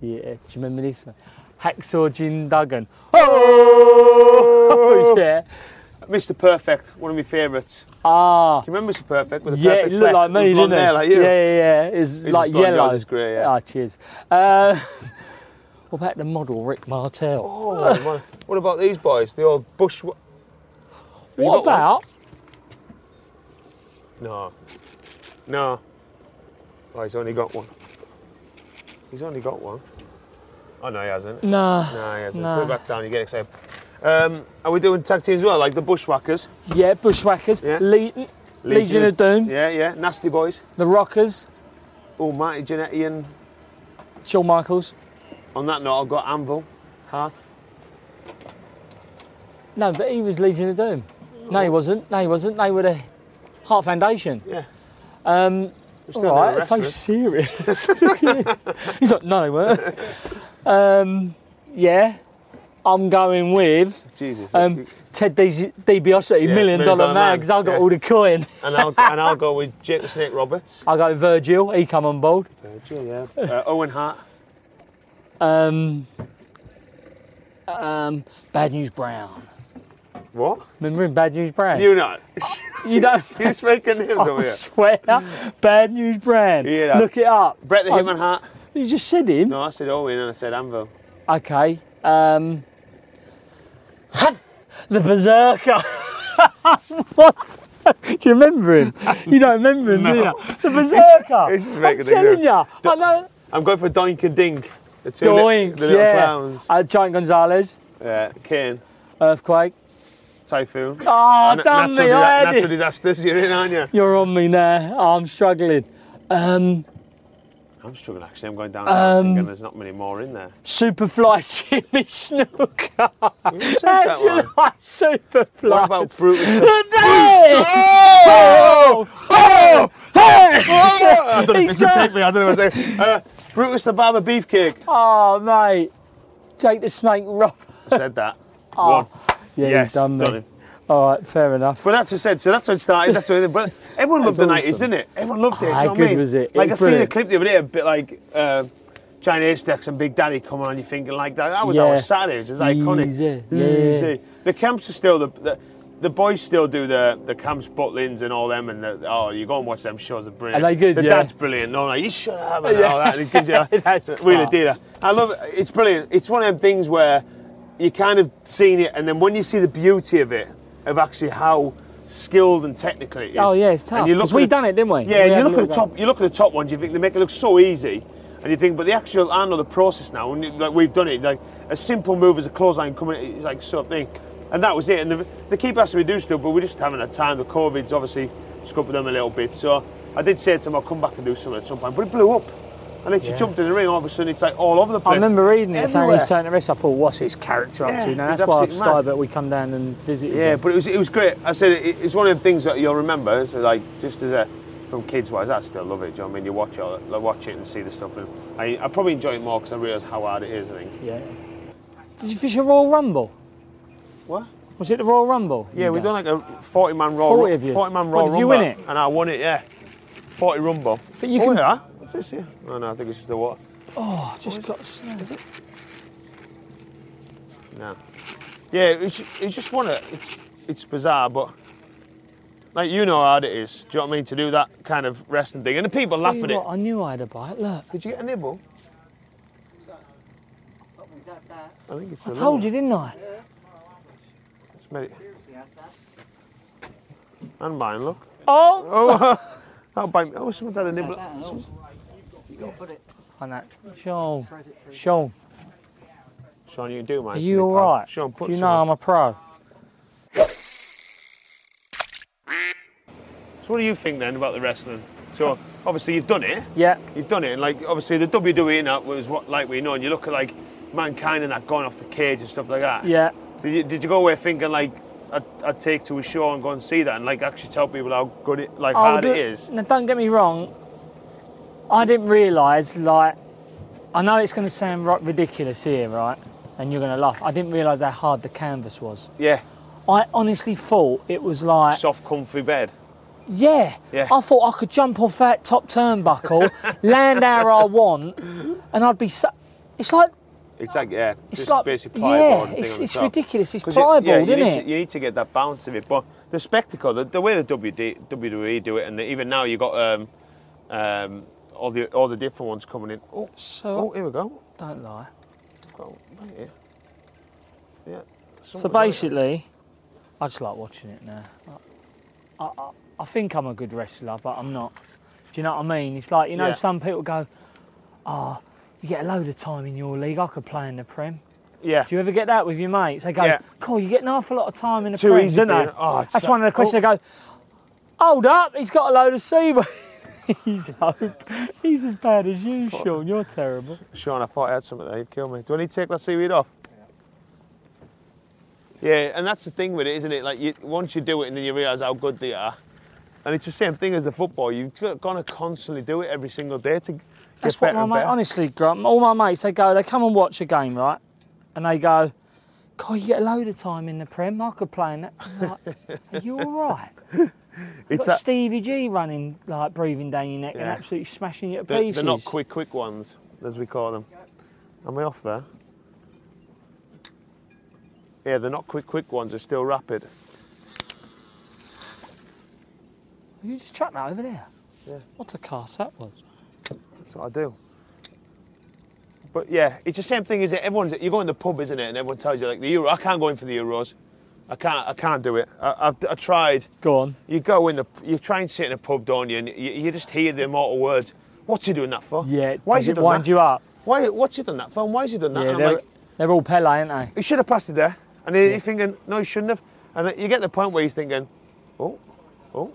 Yeah, do you remember this one? Hacksaw Jim Duggan. Oh, yeah.
Mr. Perfect. One of my favourites.
Ah,
Do you remember Mr. Perfect? With the
yeah, it
perfect
looked like
flex,
me,
blonde
didn't it?
hair like you.
Yeah, yeah, yeah. It's like
blonde,
yellow.
yours is grey, yeah.
Ah, cheers. Uh, what about the model Rick Martel?
Oh, man. what about these boys? The old bush. What
what about?
No. No. Oh, he's only got one. He's only got one. Oh, no, he hasn't. No,
Nah.
he hasn't.
Nah.
Put it back down, you get excited. Um, are we doing tag teams as well, like the Bushwhackers?
Yeah, Bushwhackers.
Yeah.
Le- Legion, of Doom.
Yeah, yeah. Nasty Boys.
The Rockers.
Oh, Marty Jannetty and
Shawn Michaels.
on that note, I've got Anvil, Hart.
No, but he was Legion of Doom. No, he wasn't. No, he wasn't. They were the Heart Foundation.
Yeah.
Um,
We're still
all
doing
right, it's so
wrestlers.
serious. Look at this. He's like, no, they weren't. Um, yeah, I'm going with.
Jesus.
Um, Ted DiBiase,
Yeah,
Million Dollar Mags. I got
yeah.
all the coin.
and, I'll, and I'll go with Jake the Snake Roberts.
I go Virgil. He come on board.
Virgil, yeah. Uh, Owen Hart.
Um, um, Bad News Brown.
What?
Remember him, Bad News Brown?
You not.
You don't.
You're making names
I
over here.
swear, Bad News Brown.
Yeah.
Look it up.
Brett the
I-
Hitman Hart.
You just said him.
No, I said Owen and I said Anvil.
Okay. Um, the Berserker. what? Do you remember him? You don't remember him, do you? The Berserker.
It's just
I'm
making a
telling
go.
you. I know.
I'm going for Doink and Dink. The two li-
Doink,
the little
yeah.
clowns.
Uh, Giant Gonzalez,
Yeah, Kane,
Earthquake.
Typhoon.
Oh,
Na-
damn
natural,
me,
disa-
I had
natural
it.
disasters, you're in, aren't you?
You're on me now. I'm struggling. Um,
I'm struggling actually, I'm going down um, thinking there's not many more in there.
Superfly Jimmy Snooker.
said
How
that
do you
one.
like Superfly?
What about Brutus?
Oh! Oh!
I don't know if this will take me, I don't know what to say. Uh, Brutus the Barber Beefcake.
Oh, mate. Jake the Snake Rob.
I said that. One.
Yeah,
yes,
you've done
done
that.
it.
All right, fair enough.
But that's what I said. So that's what it started. That's what. But everyone loved the
That's
nineties,
awesome.
didn't it? Everyone loved it. do you
How
know what
good
I mean?
was it? It
Like
was
I seen a
brilliant.
clip the other day, a bit like uh, Chinese Dex and Big Daddy coming on. You thinking like that? That was our
Yeah.
Saturdays. It's iconic.
Easy, yeah.
The camps are still the. the the boys still do the the camps, Butlins, and all them, and the, oh, you go and watch them shows. They're brilliant.
Are they good?
The
Yeah.
dad's brilliant. No, like you shut up and
Yeah.
all that. And he gives you that.
That's
Wheeler
class.
did that. I love it. It's brilliant. It's one of them things where you kind of seen it, and then when you see the beauty of it, of actually how skilled and technical it is.
Oh, yeah, it's tough, 'cause
at
we
the-
done it, didn't we? We
Yeah,
had
and
a
you look
little
at the top. You look at the top ones. You think they make it look so easy, and you think, but the actual I know the process now. And you- like we've done it, like a simple move as a clothesline coming, it's like sort of thing. And that was it. And the, the keep asking me to do stuff, but we just haven't had time. The COVID's obviously scuppered them a little bit. So I did say to them, I'll come back and do something at some point. But it blew up. And then she jumped in the ring, all of a sudden it's like all over the
I
place.
remember reading it saying
Everywhere.
he's turning the rest. I thought, what's his character up
Yeah,
to now?
he's
That's why I've
absolutely mad.
Sky that we come down and visit.
Yeah, but it was it was great. I said it, it's one of the things that you'll remember. So like just as a from kids wise, I still love it. Do you know what I mean? You watch it, like, watch it and see the stuff, and I, I probably enjoy it more because I realise how hard it is. I think.
yeah. Did you fish a Royal Rumble?
What?
Was it the Royal Rumble?
Yeah,
you
we've
done?
done like a forty man roll.
40 of yous.
man
What,
roll.
did you
rumble,
win it?
And I won it. Yeah. Forty rumble.
But you
oh,
can-
Yeah. What's this here? No, no, I think it's just the water.
Oh, just got snagged.
No. Yeah, it's, it's just one of it's it's bizarre, but like you know how hard it is. Do you know what I mean? To do that kind of wrestling thing, and the people laugh
Tell you
at it.
what, I knew I had a bite. Look,
Did you get a nibble? I think it's
I
the
told
nibble.
you, didn't I?
It's made it. And mine, look.
Oh,
Oh, that'll bite me. Oh, someone's had a nibble.
I know. Sean, Sean,
Sean, you can do mine.
are
for
you
me,
all
pal.
right?
Sean, put
Do you
some
know
on.
I'm a pro?
So what do you think then about the wrestling? So obviously you've done it.
Yeah.
You've done it, and like obviously the WWE and that was what like we know, and you look at like mankind and that going off the cage and stuff like that.
Yeah.
Did you, did you go away thinking like I'd, I'd take to a show and go and see that and like actually tell people how good it like
Oh,
hard
do-
it is?
Now, don't get me wrong. I didn't realise, like, I know it's going to sound ri- ridiculous here, right? And you're going to laugh. I didn't realise how hard the canvas was.
Yeah.
I honestly thought it was like,
Soft, comfy bed.
yeah,
Yeah.
I thought I could jump off that top turnbuckle, land how I want, and I'd be so. It's like,
It's like yeah,
it's
just
like,
basically plyboard
yeah,
and thing
it's,
on the
it's
top.
ridiculous. It's
'Cause you- yeah,
pliable,
you
isn't
need
it?
To, you need to get that bounce of it, but the spectacle, the, the way the WD, WWE E do it, and even now you got um, um, all the all the different ones coming in. Oh,
So
oh, here we go.
don't lie.
Oh, right here. Yeah.
So
someone's right.
basically, I just like watching it now. I, I, I think I'm a good wrestler, but I'm not. Do you know what I mean? It's like you know,
Yeah.
some people go, "Ah, you get a load of time in your league. I could play in the prem."
yeah.
Do you ever get that with your mates? They go,
Yeah.
"Cool, you get an awful lot of time in the
Too
prem,
easy
don't
for
they?"
you. Oh, it's
That's
so-
one of the questions. They go, "Hold up, he's got a load of seaweed." he's hope. He's as bad as you, Sean. You're terrible.
Sean, I thought I had something there. You'd kill me. Do I need to take that seaweed off? Yeah, and that's the thing with it, isn't it? Like, you, once you do it and then you realise how good they are, and it's the same thing as the football. You've got to constantly do it every single day to get
That's what
better
my
and
mate,
better.
honestly, Grant, all my mates, they go, they come and watch a game, right? And they go, God, you get a load of time in the Prem. I could play in that. I'm like, Are you all right? You've
It's
got
that-
Stevie G running, like, breathing down your neck and
Yeah.
absolutely smashing you to
they're,
pieces.
they're not quick, quick ones, as we call them. Am I off there? Yeah, they're not quick, quick ones. They're still rapid.
You just chuck that over there.
Yeah.
What a cast that was.
That's what I do. But yeah, it's the same thing, is it? Everyone's you go in the pub, isn't it? And everyone tells you like the Euro. I can't go in for the Euros. I can't. I can't do it. I, I've I tried.
Go on.
You go in the. You try and sit in a pub, don't you? And you, you just hear the immortal words. What's he doing that for?
Yeah,
Why
does
has he
it
done
wind
that?
you up?
Why? What's he done that for? And why has he done that?
Yeah,
and I'm
they're,
like,
they're all Pele, aren't they?
he should have passed it there. And he- he's thinking, no, he shouldn't have. And then you get the point where he's thinking, oh, oh,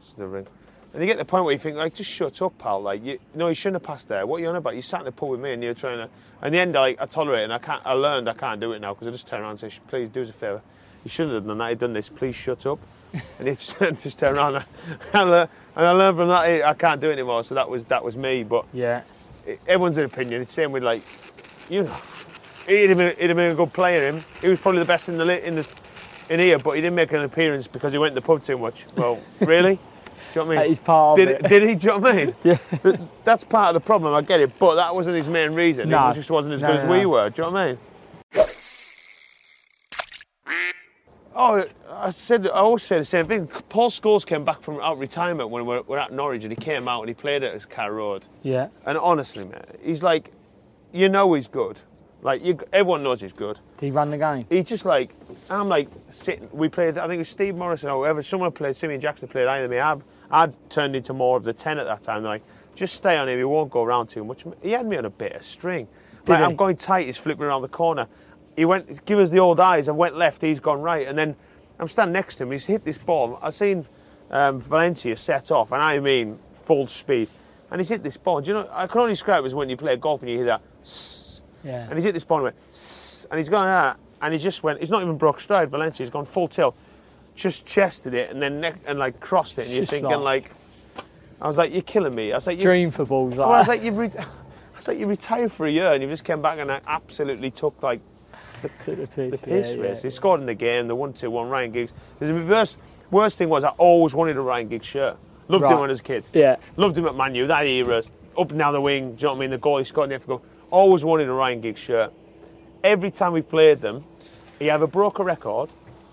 it's the ring. And you get the point where you think, like, just shut up, pal. Like, you, no, you shouldn't have passed there. What are you on about? You sat in the pub with me and you're trying to. And the end, like, I tolerate it and I can't. I learned I can't do it now because I just turn around and say, "Sh- please do us a favour. You shouldn't have done that. You've done this. Please shut up. and he just, just turned around and I, learned, and I learned from that. I can't do it anymore. So that was that was me. But
Yeah.
everyone's an opinion. It's the same with like, you know, he'd have been, he'd have been a good player. Him, he was probably the best in the li- in this in here, but he didn't make an appearance because he went to the pub too much. Well, really? Do you know what I
That
mean?
is part of
did,
it.
did he? Do you know what I mean? Th- That's part of the problem. I get it, but that wasn't his main reason.
No.
He just wasn't as
No,
good as
no,
we
no.
were. Do you know what I mean? Oh, I said I always say the same thing. Paul Scholes came back from out retirement when we were, we were at Norwich, and he came out and he played at his Carrow Road.
Yeah.
And honestly, man, he's like, you know he's good. Like, you, everyone knows he's good.
Did he run the game?
He's just like, I'm like sitting, we played, I think it was Steve Morrison or whoever, someone played, Simeon Jackson played either me. I'd, I'd turned into more of the 10 at that time. They're like, just stay on him, he won't go around too much. He had me on a bit of string. like,
he?
I'm going tight, he's flipping around the corner. He went, give us the old eyes, I went left, he's gone right. And then I'm standing next to him, he's hit this ball. I've seen um, Valencia set off, and I mean full speed. And he's hit this ball. Do you know, I can only describe it as when you play golf and you hear that. "Sss."
Yeah.
And he's hit this ball and went, "Sss," and he's gone like that, and he just went. He's not even broke stride. Valencia, he's gone full tilt, just chested it, and then neck, and like crossed it. And you're
Just
thinking like, I was like, you're killing me. I was like, you,
Dream for balls
well, I
like
was
that.
like, you've. Re- I was like, you retired for a year, and you just came back and I absolutely took like
Took the piss.
the piss.
yeah,
Yeah,
yeah.
He scored in the game, the one-two-one Ryan Giggs. The worst, worst thing was I always wanted a Ryan Giggs shirt. Loved
Right.
him when I was a kid.
Yeah.
Loved him at Man U, that era. Up and down the wing, do you know what I mean? The goal he scored in the FA Cup. Always wanted a Ryan Giggs shirt. Every time we played them, he either broke a record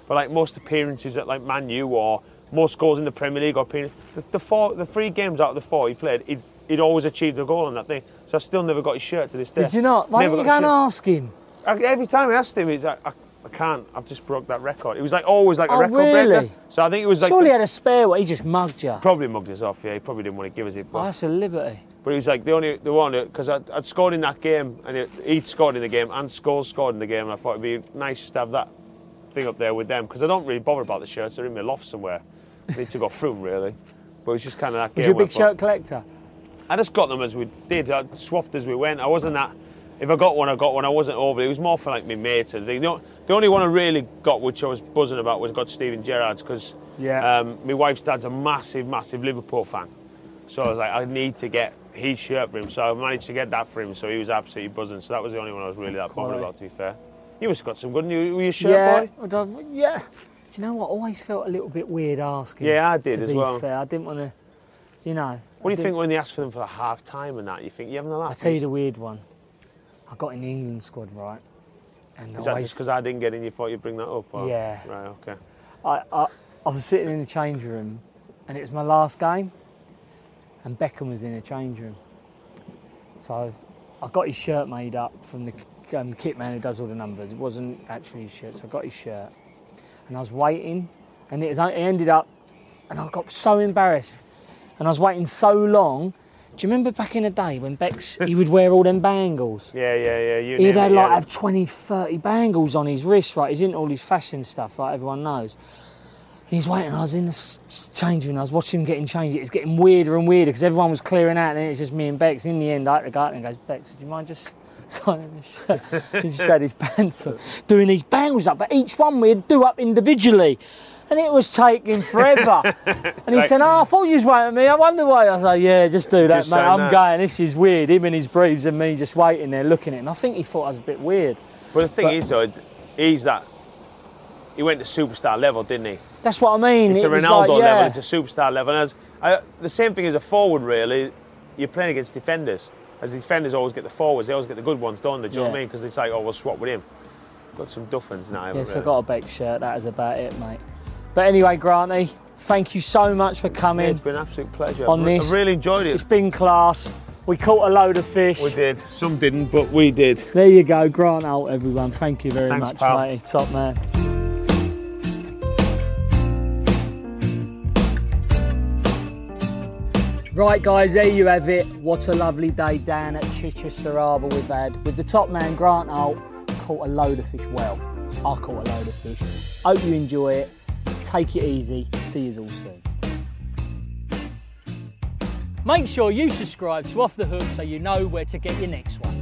for like most appearances at like Man U or most goals in the Premier League or appearances. The, the, four, the three games out of the four he played, he'd, he'd always achieved a goal on that thing. So I still never got his shirt to this day.
Did you not? Why
Never
didn't you go
got his
and
shirt.
ask him?
I, every time I asked him, he's like, I, I can't. I've just broke that record. It was like always like a
Oh,
record
really?
breaker. So I think it was like
Surely he had a spare one. He just mugged you.
probably mugged us off. Yeah, he probably didn't want to give us it. But,
Oh, that's a liberty.
but he was like the only the one because I'd, I'd scored in that game and it, he'd scored in the game and Scholes scored in the game. And I thought it'd be nice just to have that thing up there with them because I don't really bother about the shirts. They're in my loft somewhere. I need to go through them really. But it was just kind of that
Was
game.
you a big
where I
shirt
thought-
collector?
I just got them as we did. I swapped as we went. I wasn't that. If I got one, I got one. I wasn't over. It was more for like my mates and things. The, o- the only one I really got, which I was buzzing about, was got Steven Gerrard's because
Yeah.
um, my wife's dad's a massive, massive Liverpool fan. So I was like, I need to get his shirt for him. So I managed to get that for him. So he was absolutely buzzing. So that was the only one I was really that
Quality.
bothered about, to be fair. You must have got some good. You, were you a shirt
yeah.
boy?
I don't- yeah. Do you know what? I always felt a little bit weird asking.
Yeah, I did
to
as
be
well.
Fair. I didn't want to, you know.
What
I
do you
didn't-
think when they asked for them for the half time and that? You think you having a laugh?
I'll tell you the weird one. I got in the England squad, right? And I
Is that
always-
just because I didn't get in? You thought you'd bring that up? Or?
Yeah.
Right. Okay.
I, I, I was sitting in the change room and it was my last game and Beckham was in the change room. So I got his shirt made up from the k- um, kit man who does all the numbers. It wasn't actually his shirt, so I got his shirt and I was waiting and it, was, it ended up and I got so embarrassed and I was waiting so long. Do you remember back in the day when Beck's, he would wear all them bangles?
Yeah, yeah, yeah. You
He'd
name
had
it,
like
yeah.
have 20, 30 bangles on his wrist, right? He's into all his fashion stuff, like everyone knows. He's waiting. I was in the s- s- change room. I was watching him getting changed. It was getting weirder and weirder because everyone was clearing out, and then it's just me and Bex. In the end, I had to go out and goes, Bex, do you mind just signing the shirt? he just had his pants on, doing these bangles up, but each one we'd do up individually. And it was taking forever. and he
Right.
said, Oh, I thought you was waiting for me. I wonder why. I was like, Yeah, just do that,
Just
mate.
sign
I'm
that.
going, this is weird. Him and his briefs and me just waiting there looking at him. I think he thought I was a bit weird.
But the thing
but-
is, though, he's that. He went to superstar level, didn't he?
That's what I mean.
It's a
It was
Ronaldo
like, yeah.
level. It's a superstar level. And as I, the same thing as a forward, really. You're playing against defenders. As the defenders always get the forwards, they always get the good ones, don't they? Do you know what
Yeah.
I mean? Because it's like, oh, we'll swap with him. Got some duffins now. haven't
Yes,
really.
I got a baked shirt. That is about it, mate. But anyway, Granty, thank you so much for
Yeah,
coming.
It's been an absolute pleasure.
On
I've re-
this-
I've really enjoyed it.
It's been class. We caught a load of fish.
We did. Some didn't, but we did.
There you go, Grant out everyone. Thank you very
Thanks,
much,
pal.
matey. Top man. Right guys, there you have it. What a lovely day down at Chichester Harbour we've had with the top man Grant out. Caught a load of fish. Well, I caught a load of fish. Hope you enjoy it. Take it easy. See you all soon. Make sure you subscribe to Off the Hook so you know where to get your next one.